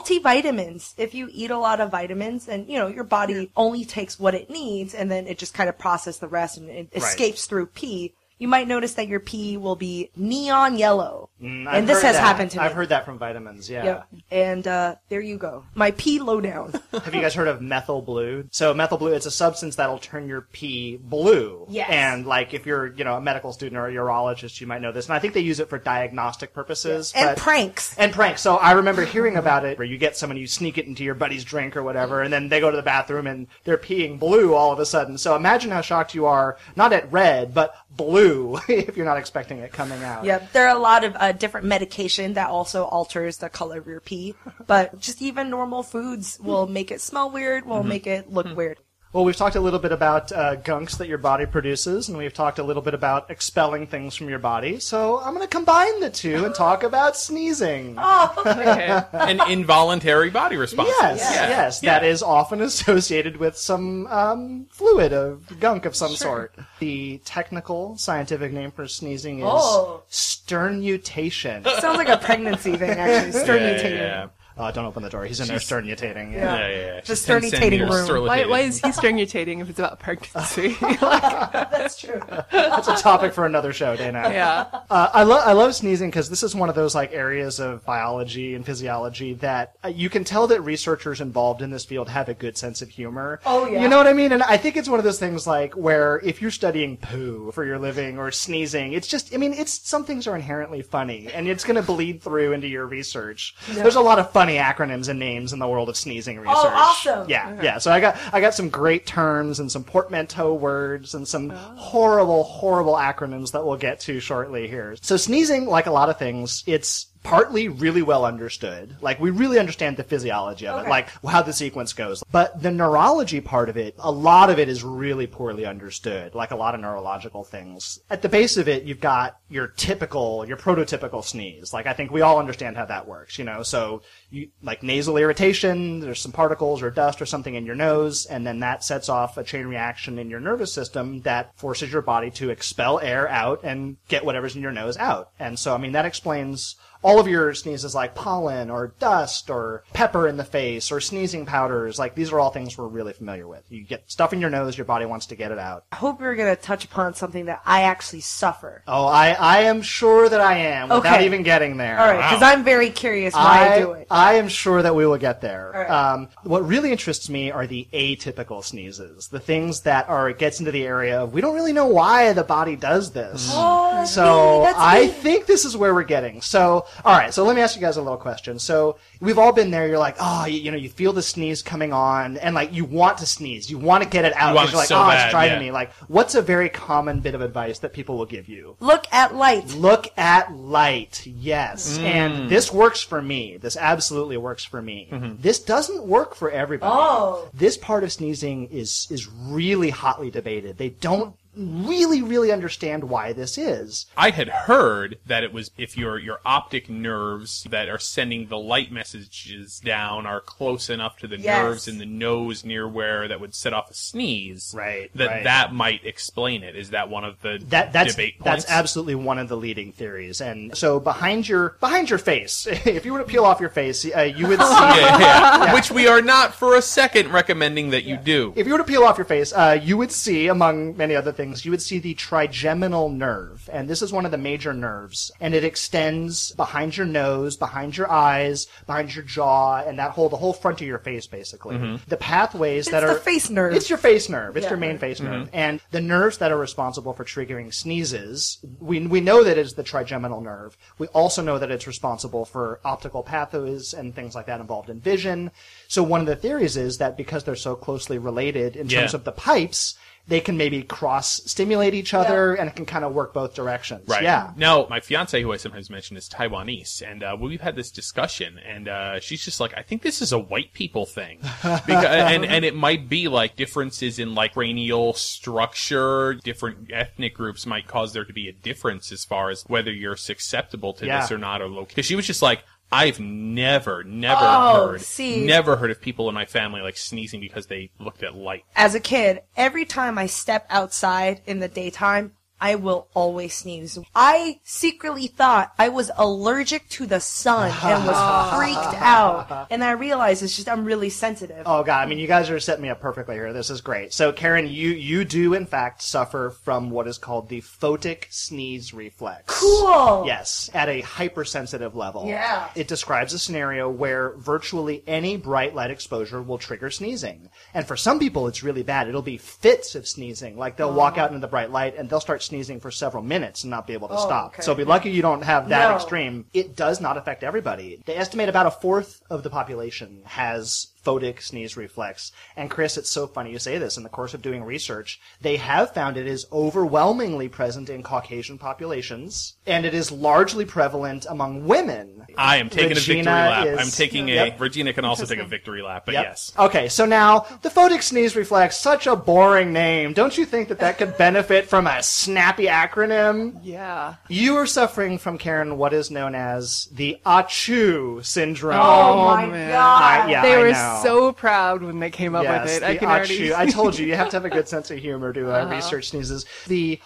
Speaker 2: multivitamins. If you eat a lot of vitamins, and you know your body only takes what it needs, and then it just kind of processes the rest and it escapes through pee. You might notice that your pee will be neon yellow,
Speaker 5: Mm, I've
Speaker 2: and this
Speaker 5: heard
Speaker 2: has
Speaker 5: that.
Speaker 2: happened to me.
Speaker 5: I've heard that from vitamins. Yeah.
Speaker 2: Yep. And uh, there you go. My pee lowdown.
Speaker 5: [LAUGHS] Have you guys heard of methyl blue? So methyl blue, it's a substance that'll turn your pee blue.
Speaker 2: Yes.
Speaker 5: And like if you're, you know, a medical student or a urologist, you might know this. And I think they use it for diagnostic purposes.
Speaker 2: and
Speaker 5: but-
Speaker 2: pranks.
Speaker 5: And pranks. So I remember hearing about it where you get someone, you sneak it into your buddy's drink or whatever, and then they go to the bathroom and they're peeing blue all of a sudden. So imagine how shocked you are, not at red, but blue, [LAUGHS] if you're not expecting it coming out.
Speaker 2: Yep, there are a lot of uh, different medication that also alters the color of your pee, but just even normal foods will make it smell weird, will
Speaker 3: Mm-hmm.
Speaker 2: make it look weird.
Speaker 5: Well, we've talked a little bit about uh, gunks that your body produces, and we've talked a little bit about expelling things from your body. So I'm going to combine the two and talk about sneezing.
Speaker 4: Okay.
Speaker 3: An involuntary body response.
Speaker 5: yes,
Speaker 3: Yeah.
Speaker 5: yes, that is often [LAUGHS] associated with some um, fluid of gunk of some sort. The technical scientific name for sneezing is
Speaker 2: Oh.
Speaker 3: [LAUGHS]
Speaker 5: sternutation.
Speaker 2: Sounds like a pregnancy thing, actually.
Speaker 3: Yeah,
Speaker 2: Sternutating.
Speaker 3: yeah, yeah.
Speaker 5: Uh, don't open the door. He's in there sternutating. Yeah.
Speaker 3: Yeah, yeah, yeah.
Speaker 2: The
Speaker 3: She's 10
Speaker 2: sternutating
Speaker 3: centimeters
Speaker 2: room.
Speaker 3: sterlitated.
Speaker 4: Why, why is he sternutating if it's about pregnancy?
Speaker 2: That's true.
Speaker 5: That's a topic for another show, Dana.
Speaker 4: yeah.
Speaker 5: Uh, I love I love sneezing because this is one of those like areas of biology and physiology that uh, you can tell that researchers involved in this field have a good sense of humor.
Speaker 2: Oh, yeah.
Speaker 5: you know what I mean. And I think it's one of those things like where if you're studying poo for your living or sneezing, it's just I mean it's some things are inherently funny and it's going to bleed through into your research. There's a lot of funny acronyms and names in the world of sneezing research.
Speaker 2: Oh, awesome.
Speaker 5: Yeah, yeah. So I got I got some great terms and some portmanteau words and some horrible, horrible acronyms that we'll get to shortly here. So sneezing, like a lot of things, it's partly really well understood. Like we really understand the physiology of
Speaker 2: Okay.
Speaker 5: it, like how the sequence goes. But the neurology part of it, a lot of it is really poorly understood, like a lot of neurological things. At the base of it, you've got your typical, your prototypical sneeze. Like I think we all understand how that works, you know? So you, like nasal irritation, there's some particles or dust or something in your nose, and then that sets off a chain reaction in your nervous system that forces your body to expel air out and get whatever's in your nose out. And so, I mean, that explains all of your sneezes like pollen or dust or pepper in the face or sneezing powders like these are all things we're really familiar with you get stuff in your nose your body wants to get it out
Speaker 2: I hope we are going to touch upon something that I actually suffer.
Speaker 5: oh i i am sure that i am without
Speaker 2: Okay.
Speaker 5: even getting there
Speaker 2: All right, because I'm very curious why I, do it.
Speaker 5: I uh am sure that we will get there.
Speaker 2: All right.
Speaker 5: Um, what really interests me are the atypical sneezes, the things that are it gets into the area of we don't really know why the body does this.
Speaker 2: Oh,
Speaker 5: So
Speaker 2: me, that's
Speaker 5: I
Speaker 2: me.
Speaker 5: think this is where we're getting. So all right, so let me ask you guys a little question. So we've all been there. You're like, oh, you, you know, you feel the sneeze coming on, and like you want to sneeze, you want to get it out.
Speaker 3: You
Speaker 5: 'cause
Speaker 3: want it
Speaker 5: you're like,
Speaker 3: so
Speaker 5: oh,
Speaker 3: bad,
Speaker 5: it's driving
Speaker 3: yeah.
Speaker 5: me. Like, what's a very common bit of advice that people will give you?
Speaker 2: Look at light.
Speaker 5: Look at light.
Speaker 3: Mm.
Speaker 5: Yes. And this works for me. This absolutely works for me.
Speaker 3: Mm-hmm.
Speaker 5: This doesn't work for everybody.
Speaker 2: Oh.
Speaker 5: This part of sneezing is is really hotly debated. They don't really really understand why this is.
Speaker 3: I had heard that it was if your your optic nerves that are sending the light messages down are close enough to the
Speaker 2: Yes.
Speaker 3: nerves in the nose near where that would set off a sneeze.
Speaker 5: Right,
Speaker 3: That
Speaker 5: right.
Speaker 3: that might explain it. Is that one of the
Speaker 5: That that's
Speaker 3: debate points?
Speaker 5: that's absolutely one of the leading theories. And so behind your behind your face, [LAUGHS] if you were to peel off your face, uh, you
Speaker 3: [LAUGHS]
Speaker 5: would see
Speaker 3: yeah,
Speaker 5: [LAUGHS]
Speaker 3: yeah. Which we are not for a second recommending that you do.
Speaker 5: if you were to peel off your face, uh, you would see, among many other things, you would see the trigeminal nerve. And this is one of the major nerves. And it extends behind your nose, behind your eyes, behind your jaw, and that whole, the whole front of your face, basically. The pathways that
Speaker 2: the
Speaker 5: are.
Speaker 2: face nerve.
Speaker 5: It's your face nerve. It's
Speaker 2: Yeah.
Speaker 5: your main
Speaker 3: Mm-hmm.
Speaker 5: face nerve. And the nerves that are responsible for triggering sneezes, we, we know that it's the trigeminal nerve. We also know that it's responsible for optical pathways and things like that involved in vision. So one of the theories is that because they're so closely related in terms
Speaker 3: Yeah.
Speaker 5: of the pipes, they can maybe cross stimulate each other and it can kind of work both directions.
Speaker 3: Right.
Speaker 5: Yeah.
Speaker 3: Now, my fiance, who I sometimes mention, is Taiwanese, and uh, we've had this discussion, and uh, she's just like, I think this is a white
Speaker 5: [LAUGHS]
Speaker 3: people thing, because, and and it might be like differences in like cranial structure. Different ethnic groups might cause there to be a difference as far as whether you're susceptible to
Speaker 5: Yeah.
Speaker 3: this or not, or location. she was just like. I've never, never
Speaker 2: Oh,
Speaker 3: heard,
Speaker 2: see.
Speaker 3: never heard of people in my family like sneezing because they looked at light.
Speaker 2: As a kid, every time I step outside in the daytime, I will always sneeze. I secretly thought I was allergic to the sun and
Speaker 5: [LAUGHS]
Speaker 2: was freaked out. And I realized it's just I'm really sensitive.
Speaker 5: Oh god, I mean you guys are setting me up perfectly here. This is great. So Karen, you you do in fact suffer from what is called the photic sneeze reflex.
Speaker 2: cool.
Speaker 5: Yes, at a hypersensitive level.
Speaker 2: Yeah.
Speaker 5: It describes a scenario where virtually any bright light exposure will trigger sneezing. And for some people, it's really bad. It'll be fits of sneezing. Like they'll
Speaker 2: Oh.
Speaker 5: walk out into the bright light and they'll start sneezing for several minutes and not be able to stop.
Speaker 2: Oh, okay.
Speaker 5: So be lucky you don't have that
Speaker 2: No.
Speaker 5: extreme. It does not affect everybody. They estimate about a fourth of the population has photic sneeze reflex. And Chris, it's so funny you say this. In the course of doing research, they have found it is overwhelmingly present in Caucasian populations, and it is largely prevalent among women.
Speaker 3: I am taking a victory
Speaker 5: Regina
Speaker 3: lap.
Speaker 5: is-
Speaker 3: I'm taking
Speaker 5: Yep.
Speaker 3: a Regina can also take a victory lap, but
Speaker 5: Yep.
Speaker 3: yes.
Speaker 5: Okay, so now the photic sneeze reflex, such a boring name. Don't you think that that could benefit from a snappy acronym?
Speaker 4: Yeah.
Speaker 5: You are suffering from Karen what is known as the Achu syndrome.
Speaker 2: Oh, my
Speaker 4: man.
Speaker 2: god.
Speaker 5: I- yeah,
Speaker 4: they
Speaker 5: I
Speaker 4: were
Speaker 5: know.
Speaker 4: so proud when they came up with it.
Speaker 5: the
Speaker 4: I can
Speaker 5: Achu.
Speaker 4: [LAUGHS] already. Uh-huh.
Speaker 5: I told you, you have to have a
Speaker 4: [LAUGHS]
Speaker 5: good sense of humor to uh, research sneezes. The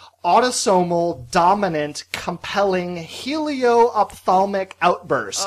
Speaker 5: autosomal dominant compelling helioophthalmic outburst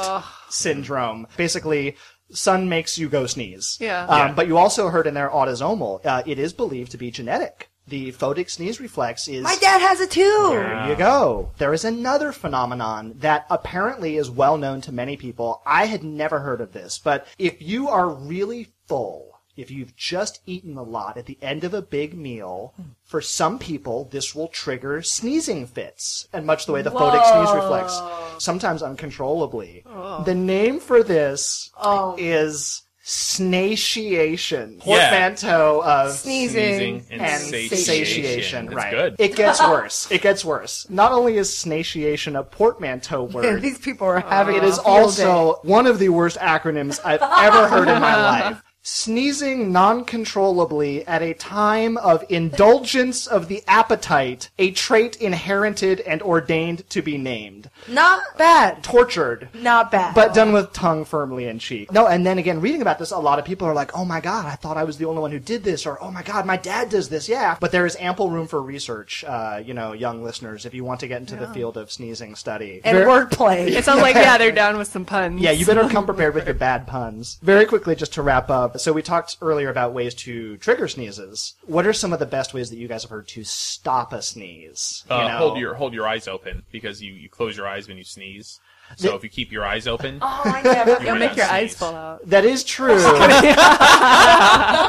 Speaker 5: syndrome. Basically, sun makes you go sneeze.
Speaker 4: Yeah.
Speaker 5: Um, But you also heard in there autosomal. Uh, it is believed to be genetic. The photic sneeze reflex is.
Speaker 2: My dad has it too.
Speaker 5: There you go. There is another phenomenon that apparently is well known to many people. I had never heard of this, but if you are really full, if you've just eaten a lot at the end of a big meal, for some people, this will trigger sneezing fits, and much the way the photic sneeze reflex, sometimes uncontrollably. The name for this is snatiation,
Speaker 3: Yeah.
Speaker 5: portmanteau of
Speaker 2: Sneezing.
Speaker 3: and,
Speaker 5: and
Speaker 3: satiation.
Speaker 5: satiation.
Speaker 3: That's
Speaker 5: right.
Speaker 3: good.
Speaker 5: It gets worse. It gets worse. Not only is snatiation a portmanteau word,
Speaker 2: These people are having
Speaker 5: it is also one of the worst acronyms I've ever heard in my life. Sneezing non-controllably at a time of indulgence of the appetite, a trait inherited and ordained to be named.
Speaker 2: not bad.
Speaker 5: Tortured
Speaker 2: Not bad.
Speaker 5: but done with tongue firmly in cheek. No, and then again, reading about this, a lot of people are like, "Oh my god, I thought I was the only one who did this," or "Oh my god, my dad does this." Yeah, but there is ample room for research. Uh, you know, young listeners, if you want to get into the field of sneezing study,
Speaker 2: and
Speaker 5: Ver-
Speaker 2: wordplay.
Speaker 4: It sounds like yeah, they're down with some
Speaker 5: [LAUGHS]
Speaker 4: puns.
Speaker 5: yeah, you better come prepared with your bad puns. Very quickly, just to wrap up. So we talked earlier about ways to trigger sneezes. What are some of the best ways that you guys have heard to stop a sneeze? You
Speaker 3: Uh,
Speaker 5: know?
Speaker 3: Hold your hold your eyes open because you, you close your eyes when you sneeze. So
Speaker 5: The-
Speaker 3: if you keep your eyes
Speaker 2: [LAUGHS]
Speaker 3: open,
Speaker 2: Oh, I never.
Speaker 3: you
Speaker 4: It'll
Speaker 3: may
Speaker 4: make
Speaker 3: not
Speaker 5: [LAUGHS]
Speaker 4: your eyes
Speaker 3: sneeze.
Speaker 4: fall out.
Speaker 5: That is true.
Speaker 3: [LAUGHS]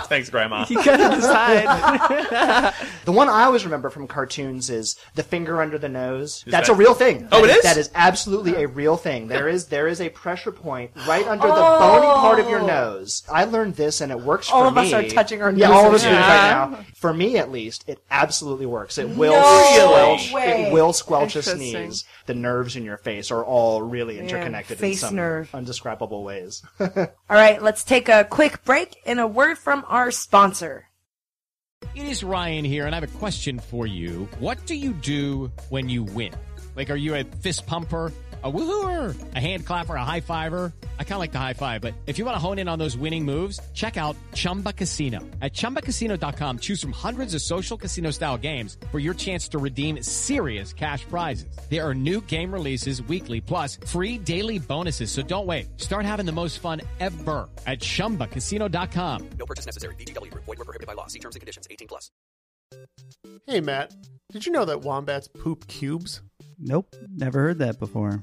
Speaker 3: Thanks, Grandma.
Speaker 5: [LAUGHS]
Speaker 4: You gotta [LAUGHS] decide.
Speaker 5: The one I always remember from cartoons is the finger under the nose. That's
Speaker 3: that-
Speaker 5: a real thing.
Speaker 3: Oh,
Speaker 5: That
Speaker 3: it is?
Speaker 5: That is absolutely a real thing. There is there is a pressure point right under the bony part of your nose. I learned this and it works
Speaker 2: Oh. All
Speaker 5: for
Speaker 2: of
Speaker 5: me.
Speaker 2: us are touching our
Speaker 5: Yeah, all of us
Speaker 2: noses.
Speaker 5: are doing it
Speaker 4: Yeah.
Speaker 5: right now. For me, at least, it absolutely works. It will
Speaker 2: No
Speaker 5: squelch.
Speaker 2: way.
Speaker 5: It will squelch a
Speaker 4: Interesting.
Speaker 5: sneeze. The nerves in your face are all really interconnected
Speaker 2: face
Speaker 5: in some
Speaker 2: nerve. [LAUGHS]
Speaker 5: undescribable ways.
Speaker 2: All right, let's take a quick break and a word from our sponsor.
Speaker 7: It is Ryan here, and I have a question for you. What do you do when you win? Like, are you a fist pumper? A woohooer, a hand clapper, a high fiver. I kind of like the high five, but if you want to hone in on those winning moves, check out Chumba Casino. At chumbacasino.com, choose from hundreds of social casino style games for your chance to redeem serious cash prizes. There are new game releases weekly, plus free daily bonuses. So don't wait. Start having the most fun ever at chumbacasino.com.
Speaker 8: No purchase necessary. VGW Group. Void were prohibited by law. See terms and conditions. 18 plus.
Speaker 9: Hey, Matt, did you know that wombats poop cubes?
Speaker 10: Nope, never heard that before.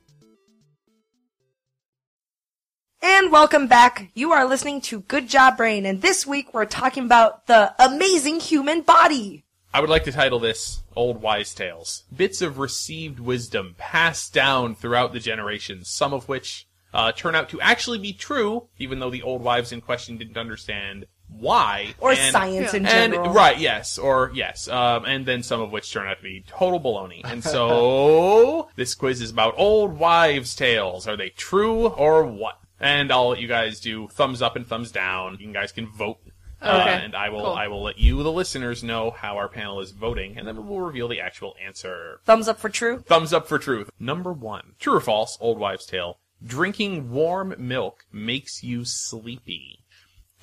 Speaker 2: And welcome back. You are listening to Good Job Brain, and this week we're talking about the amazing human body.
Speaker 3: I would like to title this Old Wise Tales. Bits of received wisdom passed down throughout the generations, some of which uh, turn out to actually be true, even though the old wives in question didn't understand why.
Speaker 2: Or
Speaker 3: and-
Speaker 2: science in
Speaker 3: and
Speaker 2: general.
Speaker 3: right, yes, or yes, um, and then some of which turn out to be total baloney. And so [LAUGHS] this quiz is about old wives' tales. Are they true or what? And I'll let you guys do thumbs up and thumbs down. You guys can vote, uh,
Speaker 4: Okay,
Speaker 3: and I will
Speaker 4: cool.
Speaker 3: I will let you, the listeners, know how our panel is voting, and then we will reveal the actual answer.
Speaker 2: Thumbs up for true.
Speaker 3: Thumbs up for truth. Number one, true or false? Old wives' tale. Drinking warm milk makes you sleepy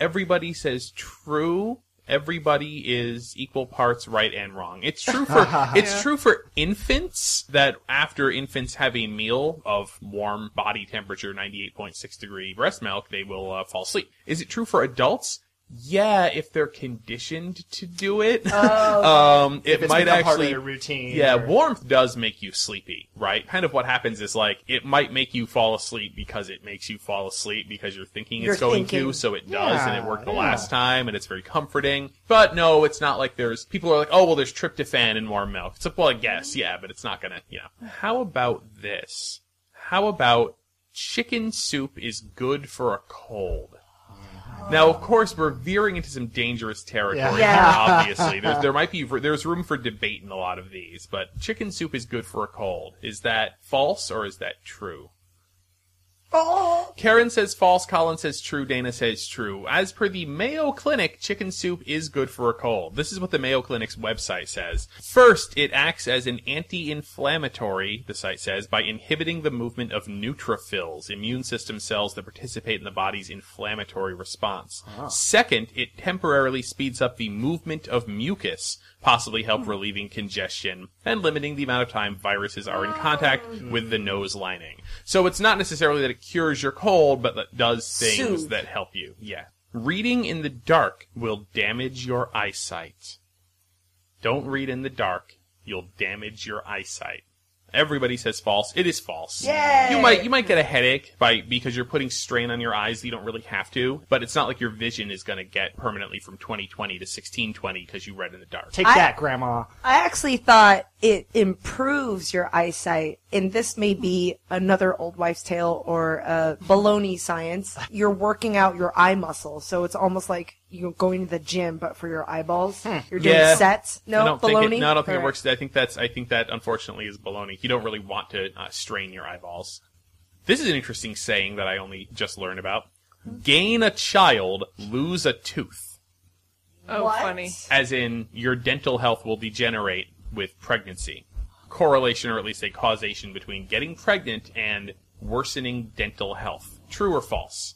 Speaker 3: everybody says true. Everybody is equal parts right and wrong. It's
Speaker 5: [LAUGHS]
Speaker 3: true for it's true for infants that after infants have a meal of warm body temperature 98.6 degree breast milk, they will uh, fall asleep. Is it true for adults? Yeah, if they're conditioned to do it. [LAUGHS] um it
Speaker 5: Oh. If it's
Speaker 3: might
Speaker 5: become part of
Speaker 3: actually
Speaker 5: their routine
Speaker 3: Yeah,
Speaker 5: or-
Speaker 3: warmth does make you sleepy, right? Kind of what happens is like it might make you fall asleep because it makes you fall asleep because you're thinking
Speaker 2: You're
Speaker 3: it's going
Speaker 2: thinking.
Speaker 3: to, so it does and it
Speaker 5: Yeah,
Speaker 3: worked the
Speaker 5: yeah.
Speaker 3: last time and it's very comforting. But no, it's not like there's people are like, oh well, there's tryptophan in warm milk. It's like, well, I guess yeah, but it's not gonna, you know. How about this? How about chicken soup is good for a cold? Now, of course, we're veering into some dangerous territory.
Speaker 5: Yeah.
Speaker 2: Yeah.
Speaker 3: Obviously, there's, there might be there's room for debate in a lot of these, but chicken soup is good for a cold. Is that false or is that true? Karen says false, Colin says true, Dana says true. As per the Mayo Clinic, chicken soup is good for a cold. This is what the Mayo Clinic's website says. First, it acts as an anti-inflammatory, the site says, by inhibiting the movement of neutrophils, immune system cells that participate in the body's inflammatory response.
Speaker 2: Ah.
Speaker 3: Second, it temporarily speeds up the movement of mucus, possibly help
Speaker 2: Hmm.
Speaker 3: relieving congestion and limiting the amount of time viruses are in
Speaker 2: Ah.
Speaker 3: contact with the nose lining. So it's not necessarily that it cures your cold, but that does things
Speaker 2: Soothe.
Speaker 3: that help you. Yeah. Reading in the dark will damage your eyesight. Don't read in the dark. You'll damage your eyesight. Everybody says false. It is false.
Speaker 2: Yay!
Speaker 3: You might you might get a headache by because you're putting strain on your eyes that you don't really have to, but it's not like your vision is going to get permanently from 2020 to 1620 because you read in the dark.
Speaker 5: Take
Speaker 2: I-
Speaker 5: that, Grandma.
Speaker 2: I actually thought it improves your eyesight, and this may be another old wives' tale or uh, baloney science. You're working out your eye muscle, so it's almost like you're going to the gym, but for your eyeballs. You're doing
Speaker 3: Hmm. Yeah.
Speaker 2: sets. No,
Speaker 3: I don't
Speaker 2: baloney.
Speaker 3: Think it, no, I don't think
Speaker 2: Alright.
Speaker 3: it works. I think that's. I think that unfortunately is baloney. You don't really want to uh, strain your eyeballs. This is an interesting saying that I only just learned about. Gain a child, lose a tooth.
Speaker 4: Oh, funny.
Speaker 3: As in, your dental health will degenerate with pregnancy. Correlation, or at least a causation, between getting pregnant and worsening dental health. True or false?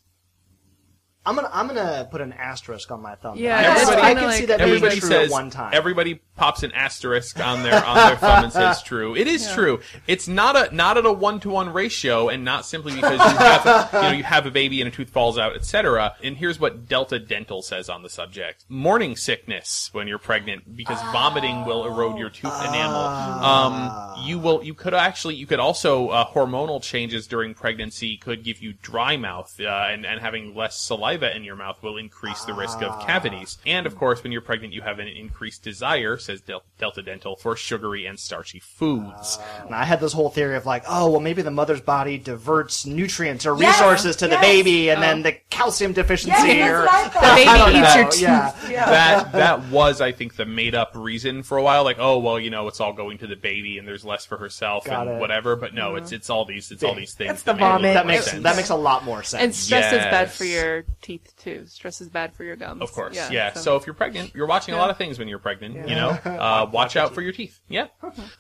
Speaker 5: I'm gonna I'm gonna put an asterisk on my thumb.
Speaker 4: Yeah,
Speaker 5: I
Speaker 4: it's
Speaker 5: can- I
Speaker 4: kinda
Speaker 5: can
Speaker 4: like-
Speaker 5: see that being
Speaker 3: everybody
Speaker 5: true
Speaker 3: says
Speaker 5: at one time.
Speaker 3: everybody pops an asterisk on their on their thumb
Speaker 5: [LAUGHS]
Speaker 3: and says true. It is true. It's not a not at a one to one ratio, and not simply because you have you know you have a baby and a tooth falls out, etc. And here's what Delta Dental says on the subject: morning sickness when you're pregnant because vomiting will erode your tooth enamel. Um, you will you could actually you could also uh, hormonal changes during pregnancy could give you dry mouth uh, and and having less saliva in your mouth will increase the risk of cavities.
Speaker 5: Ah.
Speaker 3: And of course, when you're pregnant, you have an increased desire, says Del- Delta Dental, for sugary and starchy foods.
Speaker 5: And I had this whole theory of like, oh, well, maybe the mother's body diverts nutrients or
Speaker 2: Yeah,
Speaker 5: resources to the
Speaker 2: yes.
Speaker 5: baby, and then the calcium deficiency
Speaker 2: Yes,
Speaker 5: or
Speaker 2: that's what I
Speaker 5: [LAUGHS] I
Speaker 2: thought.
Speaker 5: don't
Speaker 4: eats your
Speaker 5: know, Yeah.
Speaker 2: [LAUGHS]
Speaker 3: that that was, I think, the made up reason for a while. Like, oh well, you know, it's all going to the baby, and there's less for herself
Speaker 5: Got
Speaker 3: and
Speaker 5: it. Mm-hmm.
Speaker 3: whatever. But no, it's it's all these it's all these things.
Speaker 2: It's the
Speaker 3: that make a little
Speaker 2: vomit.
Speaker 5: That
Speaker 3: more
Speaker 5: makes
Speaker 3: sense.
Speaker 5: that makes a lot more sense.
Speaker 4: And stress is bad for
Speaker 3: Yes.
Speaker 4: your teeth too. Stress is bad for your gums.
Speaker 3: Of course, yeah. So. if you're pregnant, you're watching a lot of things when you're pregnant.
Speaker 4: [LAUGHS]
Speaker 3: You know, uh, watch out for your teeth. Yeah.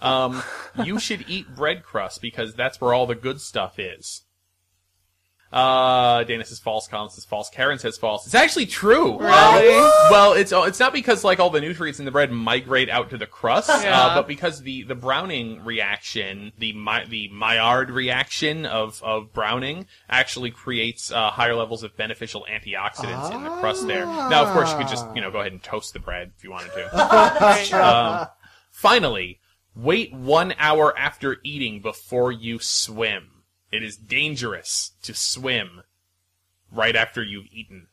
Speaker 3: Um, you should eat bread crust because that's where all the good stuff is. Uh, Dana says false. Colin says false. Karen says false. It's actually true.
Speaker 4: Really?
Speaker 3: Well, it's uh, it's not because like all the nutrients in the bread migrate out to the crust, uh,
Speaker 4: Yeah.
Speaker 3: but because the the browning reaction, the my, the Maillard reaction of of browning actually creates uh, higher levels of beneficial antioxidants in the crust there. Now, of course, you could just you know go ahead and toast the bread if you wanted to. um, finally, wait one hour after eating before you swim. It is dangerous to swim right after you've eaten.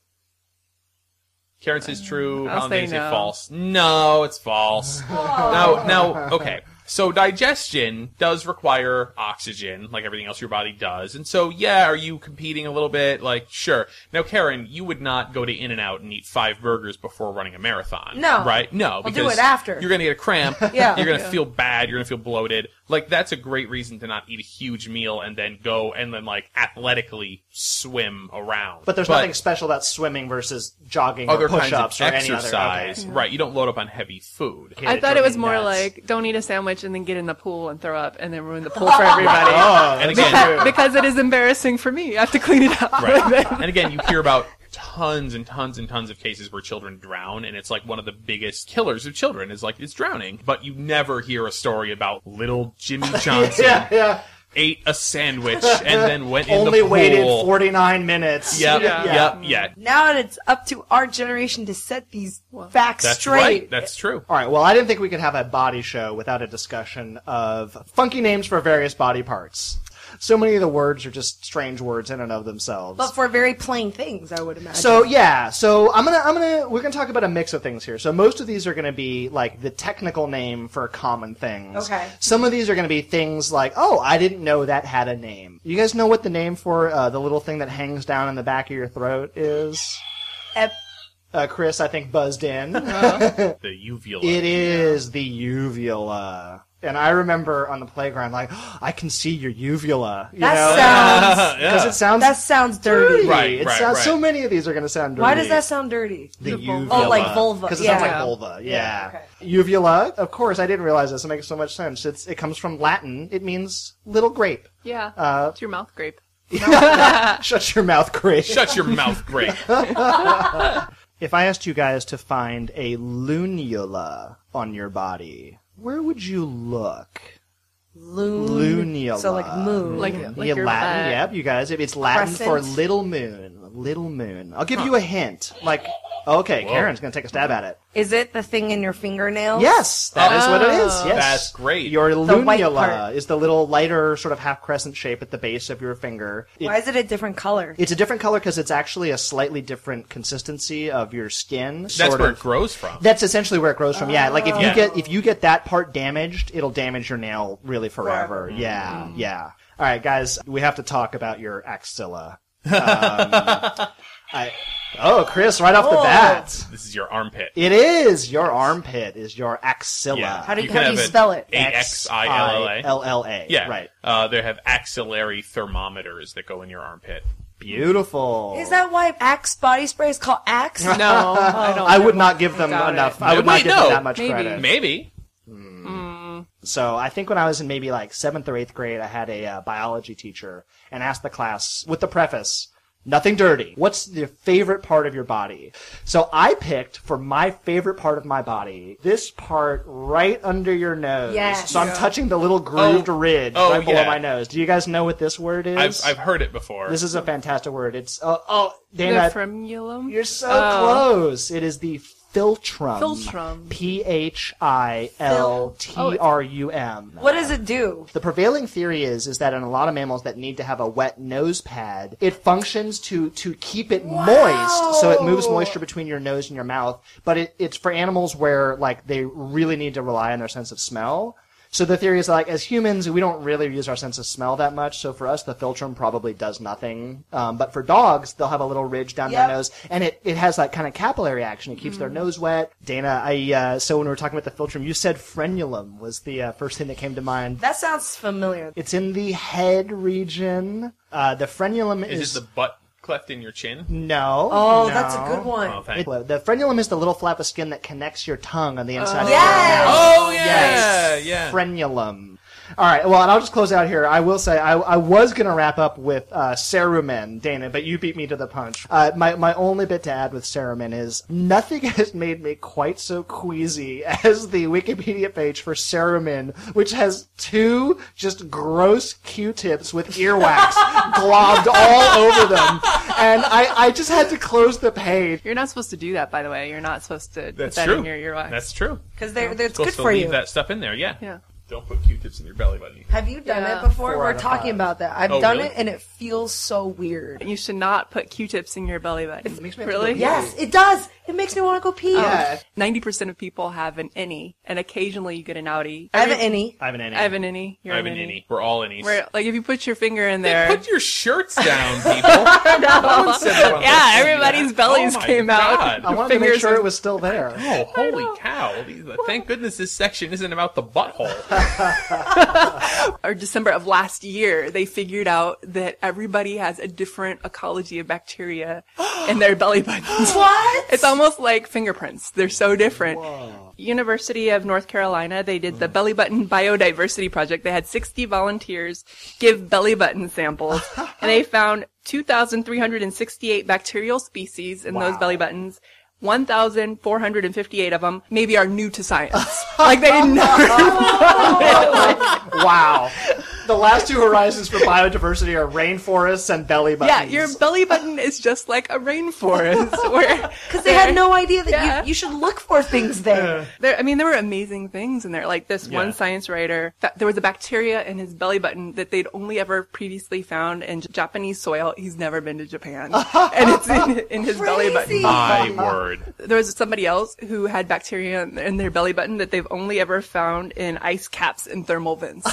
Speaker 3: Karen says true.
Speaker 4: I'll
Speaker 3: Colin
Speaker 4: say
Speaker 3: Day say
Speaker 4: no.
Speaker 3: false. No, it's false. now, now, okay. So digestion does require oxygen, like everything else your body does. And so, yeah, are you competing a little bit? Like, sure. Now, Karen, you would not go to In and Out and eat five burgers before running a marathon.
Speaker 2: No.
Speaker 3: Right? No.
Speaker 2: I'll do
Speaker 3: because
Speaker 2: it after.
Speaker 3: You're gonna get a cramp.
Speaker 2: [LAUGHS] Yeah.
Speaker 3: You're gonna feel bad. You're gonna feel bloated. Like that's a great reason to not eat a huge meal and then go and then like athletically swim around.
Speaker 5: but there's nothing special about swimming versus jogging
Speaker 3: other
Speaker 5: or push
Speaker 3: kinds of
Speaker 5: ups or any other.
Speaker 3: exercise,
Speaker 5: okay.
Speaker 3: right? You don't load up on heavy food.
Speaker 5: Okay,
Speaker 4: I
Speaker 5: that
Speaker 4: thought it
Speaker 5: drove
Speaker 4: was
Speaker 5: me
Speaker 4: more
Speaker 5: nuts.
Speaker 3: [LAUGHS]
Speaker 4: like don't eat a sandwich and then get in the pool and throw up and then ruin the pool for everybody.
Speaker 3: Oh. And again,
Speaker 4: because it is embarrassing for me. I have to clean it [LAUGHS] up.
Speaker 3: right. and again, you hear about tons and tons and tons of cases where children drown, and it's like one of the biggest killers of children is like it's drowning. But you never hear a story about little Jimmy
Speaker 5: [LAUGHS]
Speaker 3: Johnson
Speaker 5: Yeah, yeah.
Speaker 3: ate a sandwich and then went in
Speaker 5: Only
Speaker 3: the pool.
Speaker 5: waited 49 minutes.
Speaker 3: Yep,
Speaker 5: Yeah.
Speaker 3: yep, yeah.
Speaker 2: Now it's up to our generation to set these facts
Speaker 3: That's
Speaker 2: straight.
Speaker 3: right. That's true.
Speaker 5: All right. Well, I didn't think we could have a body show without a discussion of funky names for various body parts. So many of the words are just strange words in and of themselves.
Speaker 2: but for very plain things, I would imagine.
Speaker 5: so yeah, so I'm gonna I'm gonna we're gonna talk about a mix of things here. So most of these are gonna be like the technical name for common things.
Speaker 2: Okay.
Speaker 5: Some of these are gonna be things like, oh, I didn't know that had a name. You guys know what the name for uh, the little thing that hangs down in the back of your throat is?
Speaker 2: Ep-
Speaker 5: Uh, [LAUGHS] Chris, I think buzzed in.
Speaker 3: The uvula.
Speaker 5: It is the uvula. And I remember on the playground, like, [GASPS] I can see your uvula. You
Speaker 2: That
Speaker 5: know?
Speaker 2: sounds-
Speaker 5: Because it sounds
Speaker 2: That sounds dirty.
Speaker 5: It sounds so many of these are going to sound dirty.
Speaker 2: Why does that sound dirty?
Speaker 5: The
Speaker 2: Oh, like vulva.
Speaker 5: Because it
Speaker 2: yeah.
Speaker 5: sounds like vulva, yeah. Uvula, of course, I didn't realize this. It makes so much sense. It's, it comes from Latin. It means
Speaker 2: [LAUGHS]
Speaker 5: little grape. [LAUGHS]
Speaker 4: Yeah.
Speaker 5: Uh,
Speaker 4: it's your mouth grape.
Speaker 5: Shut your mouth, grape.
Speaker 3: Shut your mouth, grape.
Speaker 5: if I asked you guys to find a lunula on your body, where would you look?
Speaker 2: Loon.
Speaker 5: Lunula.
Speaker 2: So like moon. Like-
Speaker 5: yeah,
Speaker 2: like your
Speaker 5: Latin.
Speaker 2: butt.
Speaker 5: Yep, you guys. It's Latin for
Speaker 2: Crescent.
Speaker 5: little moon. Little moon. I'll give
Speaker 2: Huh.
Speaker 5: you a hint. Like, okay,
Speaker 2: Whoa.
Speaker 5: Karen's gonna take a stab at it.
Speaker 2: Is it the thing in your fingernails?
Speaker 5: Yes, that is what it is. Yes,
Speaker 3: That's great.
Speaker 5: Your
Speaker 2: Oh. The white
Speaker 5: lunula
Speaker 2: part.
Speaker 5: is the little lighter sort of half crescent shape at the base of your finger. It-
Speaker 2: Why is it a different color?
Speaker 5: It's a different color because it's actually a slightly different consistency of your skin.
Speaker 3: That's
Speaker 5: sort
Speaker 3: where
Speaker 5: of.
Speaker 3: it grows from.
Speaker 5: That's essentially where it grows from. Yeah, like if you
Speaker 3: Yeah.
Speaker 5: get if you get that part damaged, it'll damage your nail really forever. Yeah,
Speaker 3: Mm-hmm.
Speaker 5: yeah. All right, guys, we have to talk about your
Speaker 3: [LAUGHS]
Speaker 5: axilla. Um, I, oh, Chris, right off the bat,
Speaker 3: This is your armpit.
Speaker 5: it is your armpit is your axilla.
Speaker 3: Yeah.
Speaker 2: How do you,
Speaker 3: can
Speaker 2: how do
Speaker 3: have
Speaker 2: you spell it?
Speaker 3: A X I L L A.
Speaker 5: L-L-A,
Speaker 3: Yeah.
Speaker 5: right.
Speaker 3: Uh, they have axillary thermometers that go in your armpit.
Speaker 5: Beautiful.
Speaker 2: Is that why Axe body spray is called Axe?
Speaker 5: No, I don't I would know. not give them Doubt enough- it. I would not
Speaker 3: Wait,
Speaker 5: give
Speaker 3: no.
Speaker 5: them that much Maybe. credit.
Speaker 3: Maybe.
Speaker 5: So I think when I was in maybe like seventh or eighth grade, I had a uh, biology teacher and asked the class with the preface, nothing dirty. What's your favorite part of your body? So I picked for my favorite part of my body, this part right under your nose.
Speaker 3: Yes.
Speaker 5: So I'm
Speaker 3: Yeah.
Speaker 5: touching the little grooved ridge
Speaker 3: oh,
Speaker 5: right below
Speaker 3: yeah.
Speaker 5: my nose. Do you guys know what this word is?
Speaker 3: I've, I've heard it before.
Speaker 5: This is a fantastic word. It's, uh, oh,
Speaker 4: the
Speaker 5: Dana,
Speaker 4: frenulum.
Speaker 5: You're so close. It is the philtrum.
Speaker 4: Philtrum.
Speaker 5: P H I L T R U M.
Speaker 2: What does it do?
Speaker 5: The prevailing theory is is that in a lot of mammals that need to have a wet nose pad, it functions to to keep it moist, so it moves moisture between your nose and your mouth. But it, it's for animals where like they really need to rely on their sense of smell. So the theory is like as humans we don't really use our sense of smell that much. So for us the philtrum probably does nothing. Um, but for dogs they'll have a little ridge down
Speaker 2: Yep.
Speaker 5: their nose, and it, it has that kind of capillary action. It keeps their nose wet. Dana, I uh, so when we were talking about the philtrum, you said frenulum was the uh, first thing that came to mind.
Speaker 2: That sounds familiar.
Speaker 5: It's in the head region. Uh, the frenulum is,
Speaker 3: Is, it the butt cleft in your chin?
Speaker 5: no.
Speaker 2: Oh,
Speaker 5: no.
Speaker 2: that's a good one. Oh,
Speaker 3: thank
Speaker 5: It- the frenulum is the little flap of skin that connects your tongue on the inside. of
Speaker 2: Yes!
Speaker 5: your mouth.
Speaker 2: Oh,
Speaker 3: yeah,
Speaker 5: Yes.
Speaker 3: yeah.
Speaker 5: Frenulum. All right. Well, and I'll just close out here. I will say I, I was going to wrap up with uh, cerumen, Dana, but you beat me to the punch. Uh, my my only bit to add with cerumen is nothing [LAUGHS] has made me quite so queasy as the Wikipedia page for cerumen, which has two just gross Q-tips with
Speaker 4: [LAUGHS]
Speaker 5: earwax globbed all over them, and I, I just had to close the page.
Speaker 4: You're not supposed to do that, by the way. You're not supposed to put
Speaker 3: That's
Speaker 4: that
Speaker 3: true.
Speaker 4: in your earwax.
Speaker 3: That's true.
Speaker 2: Because they're, they're, it's
Speaker 3: Supposed
Speaker 2: good
Speaker 3: to
Speaker 2: for
Speaker 3: leave
Speaker 2: you.
Speaker 3: that stuff in there. Yeah.
Speaker 4: Yeah.
Speaker 3: Don't put Q-tips in your belly button.
Speaker 2: Have you done
Speaker 4: Yeah.
Speaker 2: it before?
Speaker 4: Four
Speaker 2: We're
Speaker 4: out of
Speaker 2: talking
Speaker 4: five.
Speaker 2: about that. I've
Speaker 4: Oh,
Speaker 2: done
Speaker 4: really?
Speaker 2: it and it feels so weird.
Speaker 4: You should not put Q-tips in your belly button. It makes me
Speaker 2: have to go
Speaker 4: really?
Speaker 2: pee. Yes, it does. It makes me want to go pee. Yeah.
Speaker 4: Ninety percent of people have an innie, and occasionally you get an outie.
Speaker 2: I have
Speaker 4: Every-
Speaker 2: an innie.
Speaker 5: I have an innie.
Speaker 4: I have an innie. You're
Speaker 3: I have an innie. We're all innies.
Speaker 4: Where, like if you put your finger in there,
Speaker 3: Put your shirts down, people.
Speaker 5: [LAUGHS]
Speaker 3: [LAUGHS] No one said they wanted
Speaker 4: [LAUGHS]
Speaker 3: to
Speaker 4: yeah,
Speaker 3: see
Speaker 4: everybody's
Speaker 3: that.
Speaker 4: bellies
Speaker 3: Oh my
Speaker 4: came
Speaker 3: God.
Speaker 4: out.
Speaker 5: I wanted to make
Speaker 4: Fingers
Speaker 5: sure
Speaker 4: and-
Speaker 5: it was still there.
Speaker 3: Oh, holy cow. These- Thank goodness this section isn't about the butthole.
Speaker 4: or December of last year, they figured out that everybody has a different ecology of bacteria in their belly buttons.
Speaker 2: What?
Speaker 4: It's almost like fingerprints. They're so different. University of North Carolina, they did the belly button biodiversity project. They had 60 volunteers give belly button samples and they found 2,368 bacterial species in those belly buttons. 1,458 of them maybe are new to science. like they never.
Speaker 5: wow. The last two horizons for biodiversity are rainforests and belly
Speaker 4: Yeah,
Speaker 5: buttons.
Speaker 4: your belly button is just like a
Speaker 2: [LAUGHS]
Speaker 4: rainforest. Where
Speaker 2: Because they had no idea that you, you should look for things there.
Speaker 4: there, I mean, there were amazing things in there. Like this
Speaker 2: Yeah.
Speaker 4: one science writer, fa- there was a bacteria in his belly button that they'd only ever previously found in J- Japanese soil. He's never been
Speaker 2: [LAUGHS]
Speaker 4: to Japan, and it's in, in his belly button.
Speaker 3: [LAUGHS] My word.
Speaker 4: There was somebody else who had bacteria
Speaker 2: [LAUGHS]
Speaker 4: in, in their belly button that they've only ever found in ice caps and thermal vents.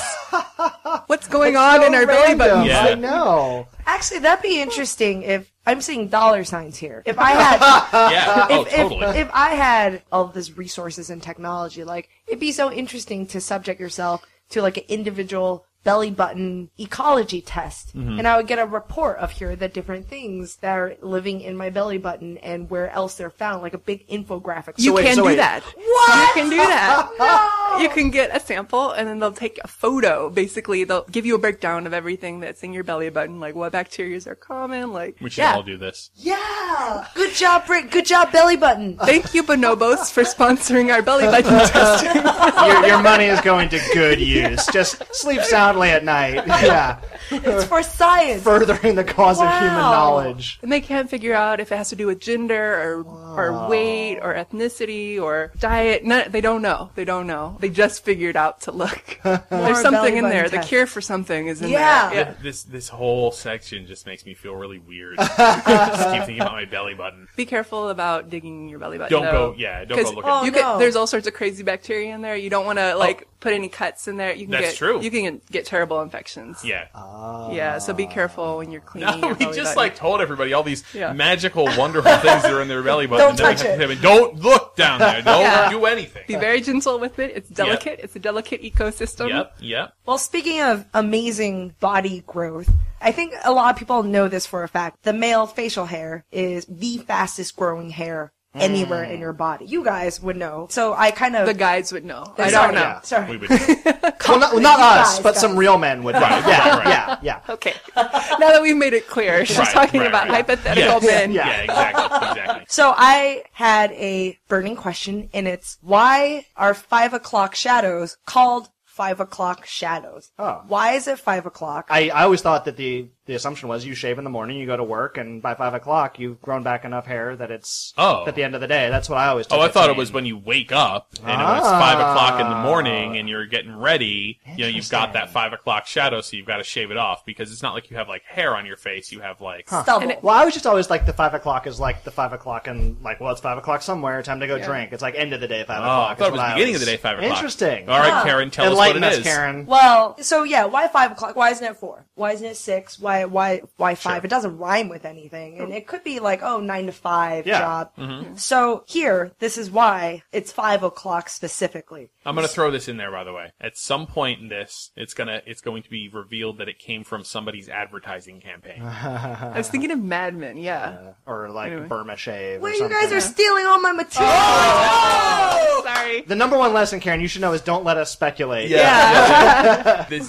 Speaker 4: What's going on in our belly button?
Speaker 5: buttons? I know.
Speaker 2: Actually, that'd be interesting if I'm seeing dollar signs here. If I had,
Speaker 6: Yeah. Oh,
Speaker 2: if, if-
Speaker 6: totally.
Speaker 2: if I had all this resources and technology, like it'd be so interesting to subject yourself to like an individual belly button ecology test,
Speaker 6: Mhm.
Speaker 2: and I would get a report of here are the different things that are living in my belly button and where else they're found, like a big infographic.
Speaker 4: You can
Speaker 2: [LAUGHS]
Speaker 4: do that.
Speaker 2: What?
Speaker 4: You can
Speaker 2: [LAUGHS]
Speaker 4: do that. You can get a sample and then they'll take a photo. Basically, they'll give you a breakdown of everything that's in your belly button, like what bacteria are common, like
Speaker 3: We should
Speaker 4: yeah.
Speaker 3: all do this.
Speaker 2: Yeah. Good job, Britt. Good job, belly button.
Speaker 4: [LAUGHS] Thank you, bonobos, for sponsoring our belly button
Speaker 2: [LAUGHS]
Speaker 4: testing.
Speaker 5: your, your money is going to good use. Just sleep soundly at
Speaker 4: [LAUGHS]
Speaker 5: night. Yeah.
Speaker 2: It's for science.
Speaker 5: Furthering the cause of human
Speaker 4: Wow.
Speaker 5: knowledge.
Speaker 4: And they can't figure out if it has to do with gender or,
Speaker 2: Oh.
Speaker 4: or weight or ethnicity or diet. No, they don't know. They don't know. They just figured out
Speaker 2: [LAUGHS]
Speaker 4: to look. There's something
Speaker 2: belly
Speaker 4: in
Speaker 2: button
Speaker 4: there.
Speaker 2: tests.
Speaker 4: The cure for something is in
Speaker 2: Yeah.
Speaker 4: there.
Speaker 3: Th- This this whole section just makes me feel really weird. just keep thinking about my belly button.
Speaker 4: Be careful about digging your belly button.
Speaker 3: Don't
Speaker 4: though,
Speaker 3: go- yeah, don't go
Speaker 4: 'cause
Speaker 3: looking. Oh,
Speaker 4: you get-
Speaker 3: no.
Speaker 4: there's all sorts of crazy bacteria in there. You don't want to like put any cuts in there. You can
Speaker 3: That's
Speaker 4: get,
Speaker 3: true.
Speaker 4: You can get terrible infections.
Speaker 3: Yeah.
Speaker 4: Yeah. So be careful when you're cleaning.
Speaker 3: [LAUGHS] No,
Speaker 4: your
Speaker 3: we
Speaker 4: belly
Speaker 3: just
Speaker 4: button.
Speaker 3: like told everybody all these
Speaker 4: Yeah.
Speaker 3: magical, wonderful things that are in their belly button.
Speaker 4: Don't
Speaker 3: and then we
Speaker 4: touch
Speaker 3: have to
Speaker 4: it.
Speaker 3: tell them, Don't look down there. Don't
Speaker 4: Yeah.
Speaker 3: do anything.
Speaker 4: Be very gentle with it. It's delicate. It's a delicate ecosystem.
Speaker 3: Yep. Yep.
Speaker 2: Well, speaking of amazing body growth, I think a lot of people know this for a fact. The male facial hair is the fastest growing hair anywhere
Speaker 4: Mm.
Speaker 2: in your body. You guys would know. So I kind of
Speaker 4: The guys would know.
Speaker 2: That's
Speaker 4: I
Speaker 2: right.
Speaker 4: don't know.
Speaker 2: Yeah. Sorry. We
Speaker 3: would
Speaker 5: Well, not, well, not
Speaker 2: You
Speaker 5: us,
Speaker 2: guys,
Speaker 5: but
Speaker 2: guys.
Speaker 5: some real men would. know.
Speaker 2: Right,
Speaker 5: yeah,
Speaker 2: right, right.
Speaker 5: yeah, yeah.
Speaker 4: Okay. now that we've made it clear, she's
Speaker 5: Right,
Speaker 4: talking
Speaker 5: right,
Speaker 4: about
Speaker 5: right.
Speaker 4: hypothetical
Speaker 5: Yeah.
Speaker 4: men.
Speaker 5: Yeah,
Speaker 3: exactly. Exactly.
Speaker 2: So I had a burning question, and it's why are five o'clock shadows called five o'clock shadows?
Speaker 5: Oh.
Speaker 2: Why is it five o'clock?
Speaker 5: I, I always thought that the, the assumption was you shave in the morning, you go to work, and by five o'clock you've grown back enough hair that it's
Speaker 3: Oh.
Speaker 5: at the end of the day. That's what I always.
Speaker 3: Oh,
Speaker 5: took
Speaker 3: I thought
Speaker 5: to
Speaker 3: it was when you wake up and it was
Speaker 5: Ah.
Speaker 3: five o'clock in the morning and you're getting ready. You know, you've got that five o'clock shadow, so you've got to shave it off because it's not like you have like hair on your face. You have like
Speaker 5: Huh. well, I was just always like the five o'clock is like the five o'clock and like well, it's five o'clock somewhere. Time to go
Speaker 3: Yeah.
Speaker 5: drink. It's like end of the day five
Speaker 3: Oh,
Speaker 5: o'clock.
Speaker 3: I
Speaker 5: is
Speaker 3: thought it was
Speaker 5: what
Speaker 3: beginning
Speaker 5: always-
Speaker 3: of the day, 5 o'clock.
Speaker 5: Interesting.
Speaker 3: All right, Huh. Karen, tell us what
Speaker 5: Enlighten
Speaker 3: it
Speaker 5: us,
Speaker 3: is.
Speaker 5: Karen.
Speaker 2: Well, so yeah, why five o'clock? Why isn't it four? Why isn't it six? Why why why five? It doesn't rhyme with anything, and it could be like oh nine to five
Speaker 3: Yeah.
Speaker 2: job.
Speaker 3: Mhm.
Speaker 2: So here, this is why it's five o'clock specifically.
Speaker 3: I'm gonna throw this in there, by the way. At some point in this, it's gonna it's going to be revealed that it came from somebody's advertising campaign.
Speaker 4: I was thinking of Mad Men, yeah.
Speaker 5: or like
Speaker 4: Anyway.
Speaker 5: Burma shave.
Speaker 2: Wait,
Speaker 5: or
Speaker 2: you
Speaker 5: something.
Speaker 2: guys are stealing all my material.
Speaker 4: Sorry.
Speaker 5: The number one lesson, Karen, you should know is don't let us speculate.
Speaker 3: this,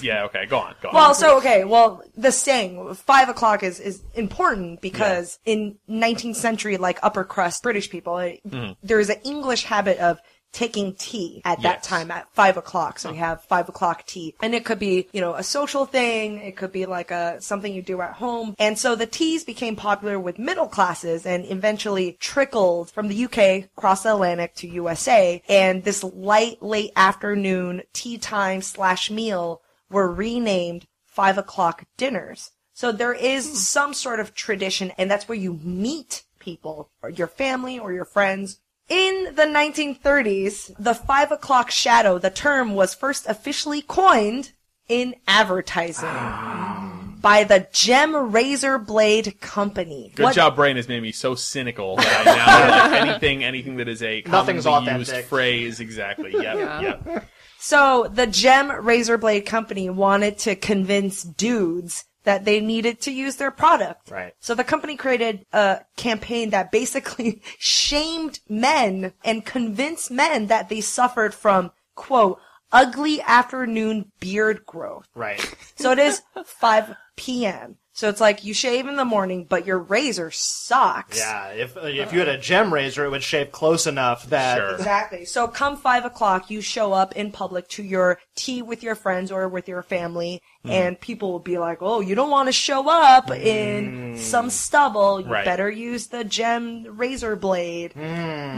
Speaker 3: yeah. Okay. Go on. Go on.
Speaker 2: Well, so okay, well, the saying five o'clock is is important because in 19th century, like upper crust British people, it,
Speaker 6: Mhm.
Speaker 2: there is an English habit of taking tea at that
Speaker 6: Yes.
Speaker 2: time at five o'clock. So we have five o'clock tea, and it could be you know a social thing, it could be like a something you do at home, and so the teas became popular with middle classes and eventually trickled from the UK across the Atlantic to USA, and this light late afternoon tea time slash meal were renamed five o'clock dinners. So there is
Speaker 3: Hmm.
Speaker 2: some sort of tradition, and that's where you meet people, or your family, or your friends. In the 1930s, the five o'clock shadow, the term was first officially coined in
Speaker 3: Ah.
Speaker 2: advertising by the Gem Razor Blade Company.
Speaker 3: Good
Speaker 2: What-
Speaker 3: job, brain has made me so cynical that I now
Speaker 2: [LAUGHS]
Speaker 3: like anything anything that is a
Speaker 5: Nothing's
Speaker 3: commonly used
Speaker 5: authentic.
Speaker 3: phrase. Exactly. Yep.
Speaker 2: Yeah.
Speaker 3: Yep.
Speaker 2: So the Gem Razor Blade Company wanted to convince dudes that they needed to use their product.
Speaker 5: Right.
Speaker 2: So the company created a campaign that basically [LAUGHS] shamed men and convinced men that they suffered from, quote, ugly afternoon beard growth.
Speaker 5: Right.
Speaker 2: So it
Speaker 5: [LAUGHS]
Speaker 2: is 5 p.m. So it's like you shave in the morning, but your razor sucks.
Speaker 5: Yeah. If if you had a gem razor, it would shave close enough that
Speaker 2: Exactly. So come five o'clock, you show up in public to your tea with your friends or with your family,
Speaker 6: Mhm.
Speaker 2: and people will be like, "Oh, you don't want to show up in some stubble. You
Speaker 3: Right.
Speaker 2: better use the gem razor blade."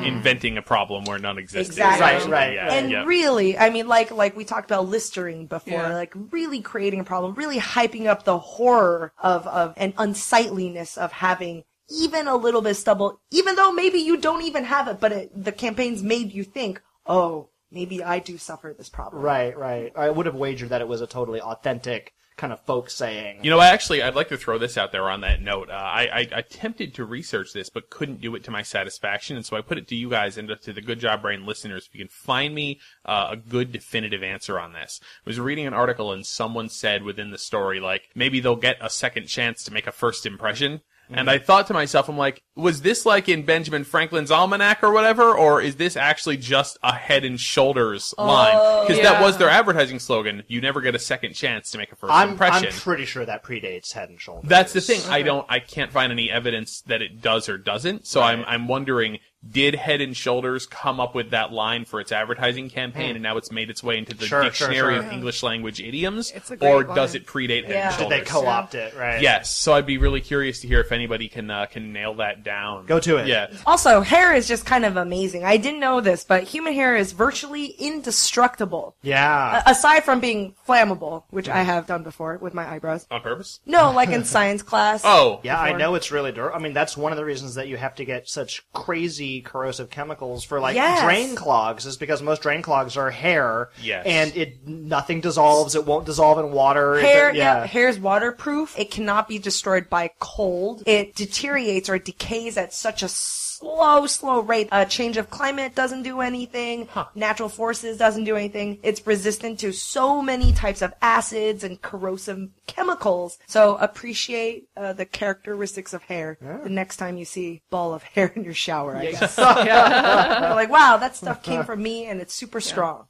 Speaker 3: Inventing a problem where none existed.
Speaker 2: Exactly.
Speaker 3: essentially. Uh, Yeah,
Speaker 2: and
Speaker 3: yep.
Speaker 2: really, I mean, like like we talked about Listerine before,
Speaker 4: Yeah.
Speaker 2: like really creating a problem, really hyping up the horror of of and unsightliness of having even a little bit of stubble, even though maybe you don't even have it, but it, the campaign's made you think, oh, maybe I do suffer this problem.
Speaker 5: [LAUGHS] Right, right. I would have wagered that it was a totally authentic kind of folk saying.
Speaker 3: You know, I actually, I'd like to throw this out there on that note. Uh, I, I attempted to research this, but couldn't do it to my satisfaction, and so I put it to you guys and to the Good Job Brain listeners. If you can find me uh, a good definitive answer on this, I was reading an article and someone said within the story, like maybe they'll get a second chance to make a first impression.
Speaker 5: Mm-hmm.
Speaker 3: And I thought to myself, I'm like, was this like in Benjamin Franklin's Almanac or whatever, or is this actually just a head and shoulders line? Because that
Speaker 5: yeah.
Speaker 3: was their advertising slogan. You never get a second chance to make a 1st
Speaker 5: I'm,
Speaker 3: impression.
Speaker 5: I'm pretty sure that predates Head and Shoulders.
Speaker 3: That's the thing. I
Speaker 5: Okay.
Speaker 3: don't. I can't find any evidence that it does or doesn't. So I'm. I'm wondering. Did Head and Shoulders come up with that line for its advertising campaign,
Speaker 5: Hmm.
Speaker 3: and now it's made its way into the
Speaker 5: Sure, sure,
Speaker 3: dictionary
Speaker 5: sure.
Speaker 3: of English language idioms,
Speaker 5: It's a great
Speaker 3: or does
Speaker 5: line.
Speaker 3: it predate Head
Speaker 5: Yeah.
Speaker 3: and
Speaker 5: Did
Speaker 3: Shoulders?
Speaker 5: they co-opt it, right.
Speaker 3: Yes. So I'd be really curious to hear if anybody can uh, can nail that down.
Speaker 5: Go to it.
Speaker 3: Yeah.
Speaker 2: Also, hair is just kind of amazing. I didn't know this, but human hair is virtually indestructible.
Speaker 5: Yeah.
Speaker 2: A- aside from being flammable, which I have done before with my eyebrows.
Speaker 3: On purpose?
Speaker 2: No, like in science class.
Speaker 3: Oh,
Speaker 5: yeah, I
Speaker 2: Before.
Speaker 5: know it's really durable. I mean, that's one of the reasons that you have to get such crazy corrosive chemicals for like
Speaker 2: Yes.
Speaker 5: drain clogs, is because most drain clogs are hair,
Speaker 2: Yes.
Speaker 5: and it nothing dissolves. It won't dissolve in water. It-
Speaker 2: Hair,
Speaker 5: yeah.
Speaker 2: yeah. hair's waterproof. It cannot be destroyed by cold. It deteriorates or decays at such a slow, slow rate. A change of climate doesn't do anything. Natural forces doesn't do anything. It's resistant to so many types of acids and corrosive chemicals. So appreciate uh, the characteristics of hair the next time you see ball of hair in your shower. I
Speaker 6: Yikes.
Speaker 2: guess. [LAUGHS]
Speaker 6: Yeah.
Speaker 2: You're like, wow, that stuff came from me, and it's super strong.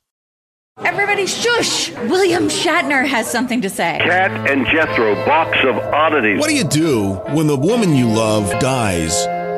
Speaker 11: Everybody shush! William Shatner has something to say.
Speaker 12: Cat and Jethro, box of oddities.
Speaker 13: What do you do when the woman you love dies?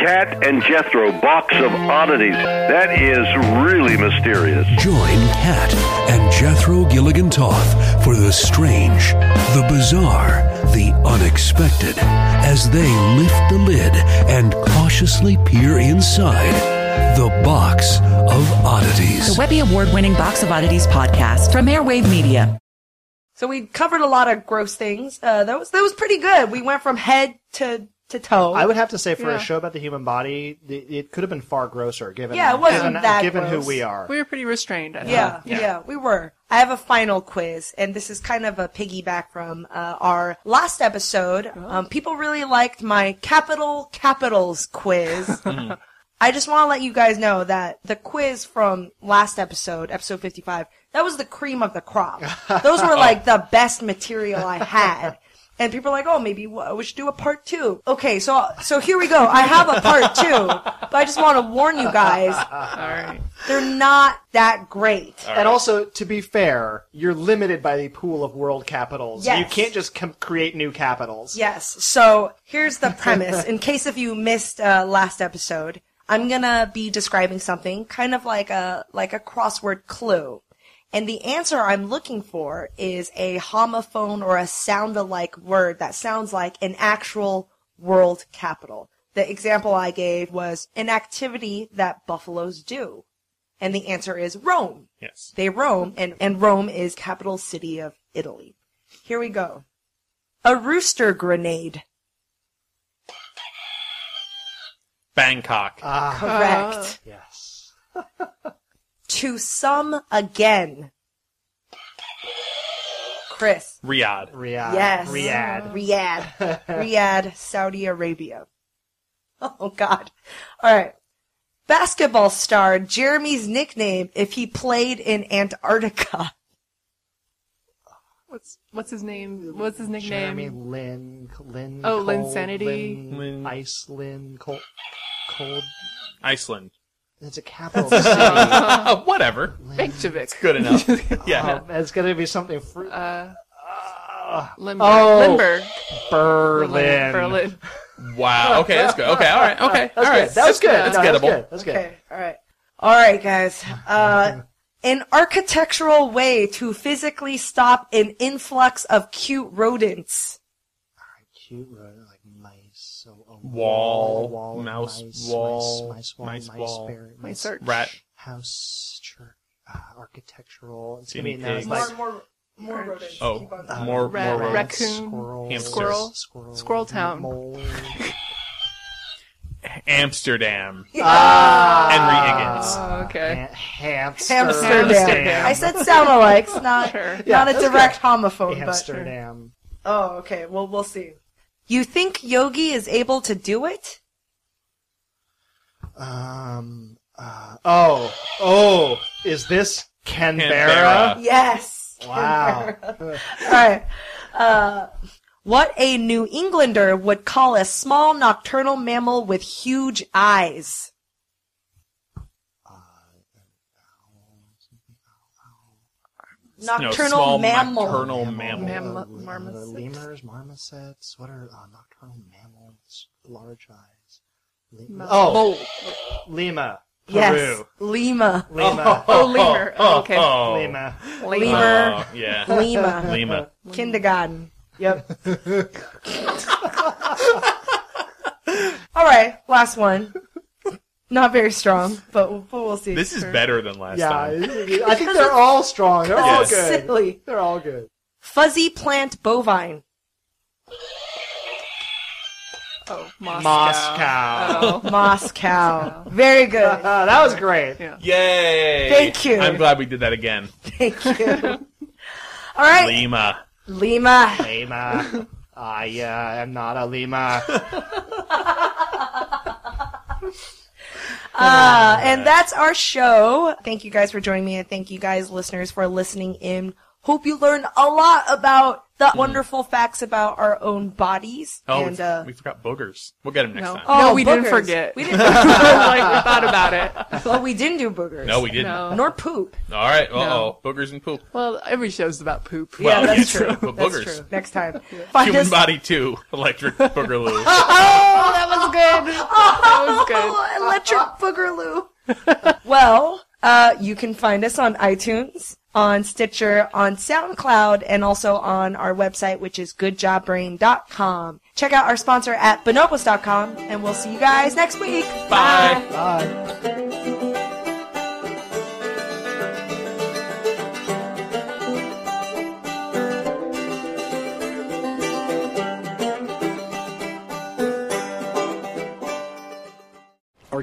Speaker 12: Cat and Jethro, box of oddities. That is really mysterious.
Speaker 14: Join Kat and Jethro Gilligan Toth for the strange, the bizarre, the unexpected as they lift the lid and cautiously peer inside the box of oddities.
Speaker 11: The Webby Award winning Box of Oddities podcast from Airwave Media.
Speaker 2: So we covered a lot of gross things. Uh, that was that was pretty good. We went from head to to toe.
Speaker 5: I would have to say for
Speaker 2: Yeah.
Speaker 5: a show about the human body, the, it could have been far grosser given
Speaker 2: Yeah, it wasn't
Speaker 5: given,
Speaker 2: that
Speaker 5: given
Speaker 2: gross.
Speaker 5: who we are.
Speaker 4: We were pretty restrained. I
Speaker 2: Yeah,
Speaker 4: thought.
Speaker 2: yeah, we were. I have a final quiz, and this is kind of a piggyback from uh, our last episode. Um, people really liked my capital capitals quiz. I just want to let you guys know that the quiz from last episode, episode 55, that was the cream of the crop. Those were like the best material I had. And people are like, oh, maybe w- we should do a part two. Okay, so so here we go. I have a part two, but I just want to warn you guys. They're not that great.
Speaker 5: And also, to be fair, you're limited by the pool of world capitals.
Speaker 2: Yes.
Speaker 5: You can't just com- create new capitals.
Speaker 2: Yes. So here's the premise. In case if you missed uh, last episode, I'm gonna be describing something kind of like a like a crossword clue, and the answer I'm looking for is a homophone or a sound-alike word that sounds like an actual world capital. The example I gave was an activity that buffaloes do, and the answer is Rome.
Speaker 3: Yes.
Speaker 2: They roam, and, and Rome is capital city of Italy. Here we go. A rooster grenade.
Speaker 3: Bangkok.
Speaker 5: Uh,
Speaker 2: Correct.
Speaker 5: yes.
Speaker 2: [LAUGHS] To some again. Chris.
Speaker 3: Riyadh.
Speaker 5: Riyadh.
Speaker 2: yes.
Speaker 5: Uh, Riyadh. [LAUGHS]
Speaker 2: Riyadh. Riyadh, Saudi Arabia. [LAUGHS] Oh, God. All right. Basketball star Jeremy's nickname if he played in Antarctica.
Speaker 4: What's what's his name? What's his nickname?
Speaker 5: Jeremy Lynn. Lynn.
Speaker 4: Oh, Lynn
Speaker 5: Cold-
Speaker 4: Sanity.
Speaker 5: Lynn, Ice Lynn. Cold. Cold. [LAUGHS]
Speaker 3: Iceland.
Speaker 5: It's a capital
Speaker 3: That's-
Speaker 5: city. Uh-huh.
Speaker 3: [LAUGHS] Whatever.
Speaker 4: Reykjavik. It's
Speaker 5: [LAUGHS]
Speaker 3: good enough. Yeah.
Speaker 5: Um, it's going to be something. Fr-
Speaker 4: uh, Limber.
Speaker 5: Oh,
Speaker 4: Limber.
Speaker 5: Berlin.
Speaker 4: Berlin.
Speaker 3: Wow. Okay, that's good. Okay, all right. Okay,
Speaker 5: That's
Speaker 3: all right.
Speaker 5: good. That was
Speaker 3: That's
Speaker 5: good.
Speaker 3: good. That's
Speaker 5: No,
Speaker 3: gettable.
Speaker 5: That's good.
Speaker 2: Okay. All right. All right, guys. Uh, an architectural way to physically stop an influx of cute rodents.
Speaker 5: Cute rodent, like mice. So a
Speaker 3: Wall,
Speaker 5: wall of
Speaker 3: mouse
Speaker 5: mice,
Speaker 3: wall,
Speaker 5: mice, mice wall,
Speaker 3: mice
Speaker 5: mice,
Speaker 3: wall,
Speaker 5: bear,
Speaker 3: mice
Speaker 5: mice
Speaker 3: search. rat.
Speaker 5: house, church, uh, architectural. It's gonna
Speaker 3: Guinea
Speaker 5: be now it's
Speaker 3: pigs.
Speaker 5: like
Speaker 2: more, more rodents.
Speaker 3: Oh, more,
Speaker 4: Ra-
Speaker 3: more rodents.
Speaker 4: raccoon,
Speaker 3: Hamsters.
Speaker 4: squirrel, squirrel, town.
Speaker 3: Amsterdam.
Speaker 4: Oh, okay.
Speaker 5: Hamster.
Speaker 2: Hamsterdam. I said sound alikes, not
Speaker 5: Yeah,
Speaker 2: not a
Speaker 5: that's
Speaker 2: direct
Speaker 5: good.
Speaker 2: homophone,
Speaker 5: Amsterdam.
Speaker 2: but oh, okay. Well, we'll see. You think Yogi is able to do it?
Speaker 5: Um. Uh, oh. Oh. Is this Canberra?
Speaker 2: Yes.
Speaker 5: Wow.
Speaker 2: Canberra. [LAUGHS] All right. Uh, what a New Englander would call a small nocturnal mammal with huge eyes. Nocturnal
Speaker 3: small
Speaker 2: mammal.
Speaker 3: nocturnal mammal.
Speaker 5: Uh, uh, lemurs, marmosets. What are uh, nocturnal mammals? Large eyes. Lemur.
Speaker 2: Mouse.
Speaker 5: Oh,
Speaker 2: Mole.
Speaker 5: Lima, Peru.
Speaker 2: Yes, Lima.
Speaker 5: Lima.
Speaker 2: Oh, lemur. Oh, okay.
Speaker 5: Lima.
Speaker 2: Lemur.
Speaker 3: Oh, yeah.
Speaker 2: [LAUGHS] Lima.
Speaker 3: Lima.
Speaker 2: Kindergarten. Yep. All right, last one. Not very strong, but, but we'll see.
Speaker 3: This is better than last
Speaker 5: Yeah,
Speaker 3: time.
Speaker 5: I think they're all strong. They're all
Speaker 3: Yes.
Speaker 5: good.
Speaker 2: Silly.
Speaker 5: They're all good.
Speaker 2: Fuzzy plant bovine.
Speaker 4: Oh, Moscow.
Speaker 5: Moscow.
Speaker 4: Oh. [LAUGHS]
Speaker 2: Moscow. Very good.
Speaker 5: Ah, that was great.
Speaker 3: Yay!
Speaker 2: Thank you.
Speaker 3: I'm glad we did that again.
Speaker 2: [LAUGHS] Thank you. All right,
Speaker 3: Lima.
Speaker 2: Lima. [LAUGHS]
Speaker 5: Lima. I uh, am not a Lima.
Speaker 2: Uh, and that's our show. Thank you guys for joining me, and thank you guys, listeners, for listening in. Hope you learned a lot about the wonderful facts about our own bodies.
Speaker 3: Hmm. Oh,
Speaker 2: and
Speaker 3: we,
Speaker 2: uh,
Speaker 3: we forgot boogers. We'll get them next time.
Speaker 4: No, we didn't
Speaker 2: boogers. [LAUGHS]
Speaker 4: forget.
Speaker 2: We didn't.
Speaker 4: Like, we thought about
Speaker 2: it. Well, we [LAUGHS] didn't do boogers.
Speaker 3: No, we didn't. No.
Speaker 2: Nor poop.
Speaker 3: All right. Uh oh.
Speaker 4: No.
Speaker 3: Boogers and poop.
Speaker 4: Well, every show's about poop.
Speaker 3: Well,
Speaker 2: yeah, that's
Speaker 3: yeah,
Speaker 2: true.
Speaker 3: but
Speaker 2: that's
Speaker 3: boogers.
Speaker 2: true. Next time. Find
Speaker 3: [LAUGHS] Human
Speaker 2: us-
Speaker 3: body two. Electric boogaloo.
Speaker 4: Oh, that was good. That was good.
Speaker 2: Oh, electric boogerloo. Uh-huh. [LAUGHS] well, uh, you can find us on iTunes, on Stitcher, on SoundCloud, and also on our website, which is goodjobbrain.com. Check out our sponsor at bonobos.com, and we'll see you guys next week.
Speaker 3: Bye.
Speaker 5: Bye.
Speaker 15: Our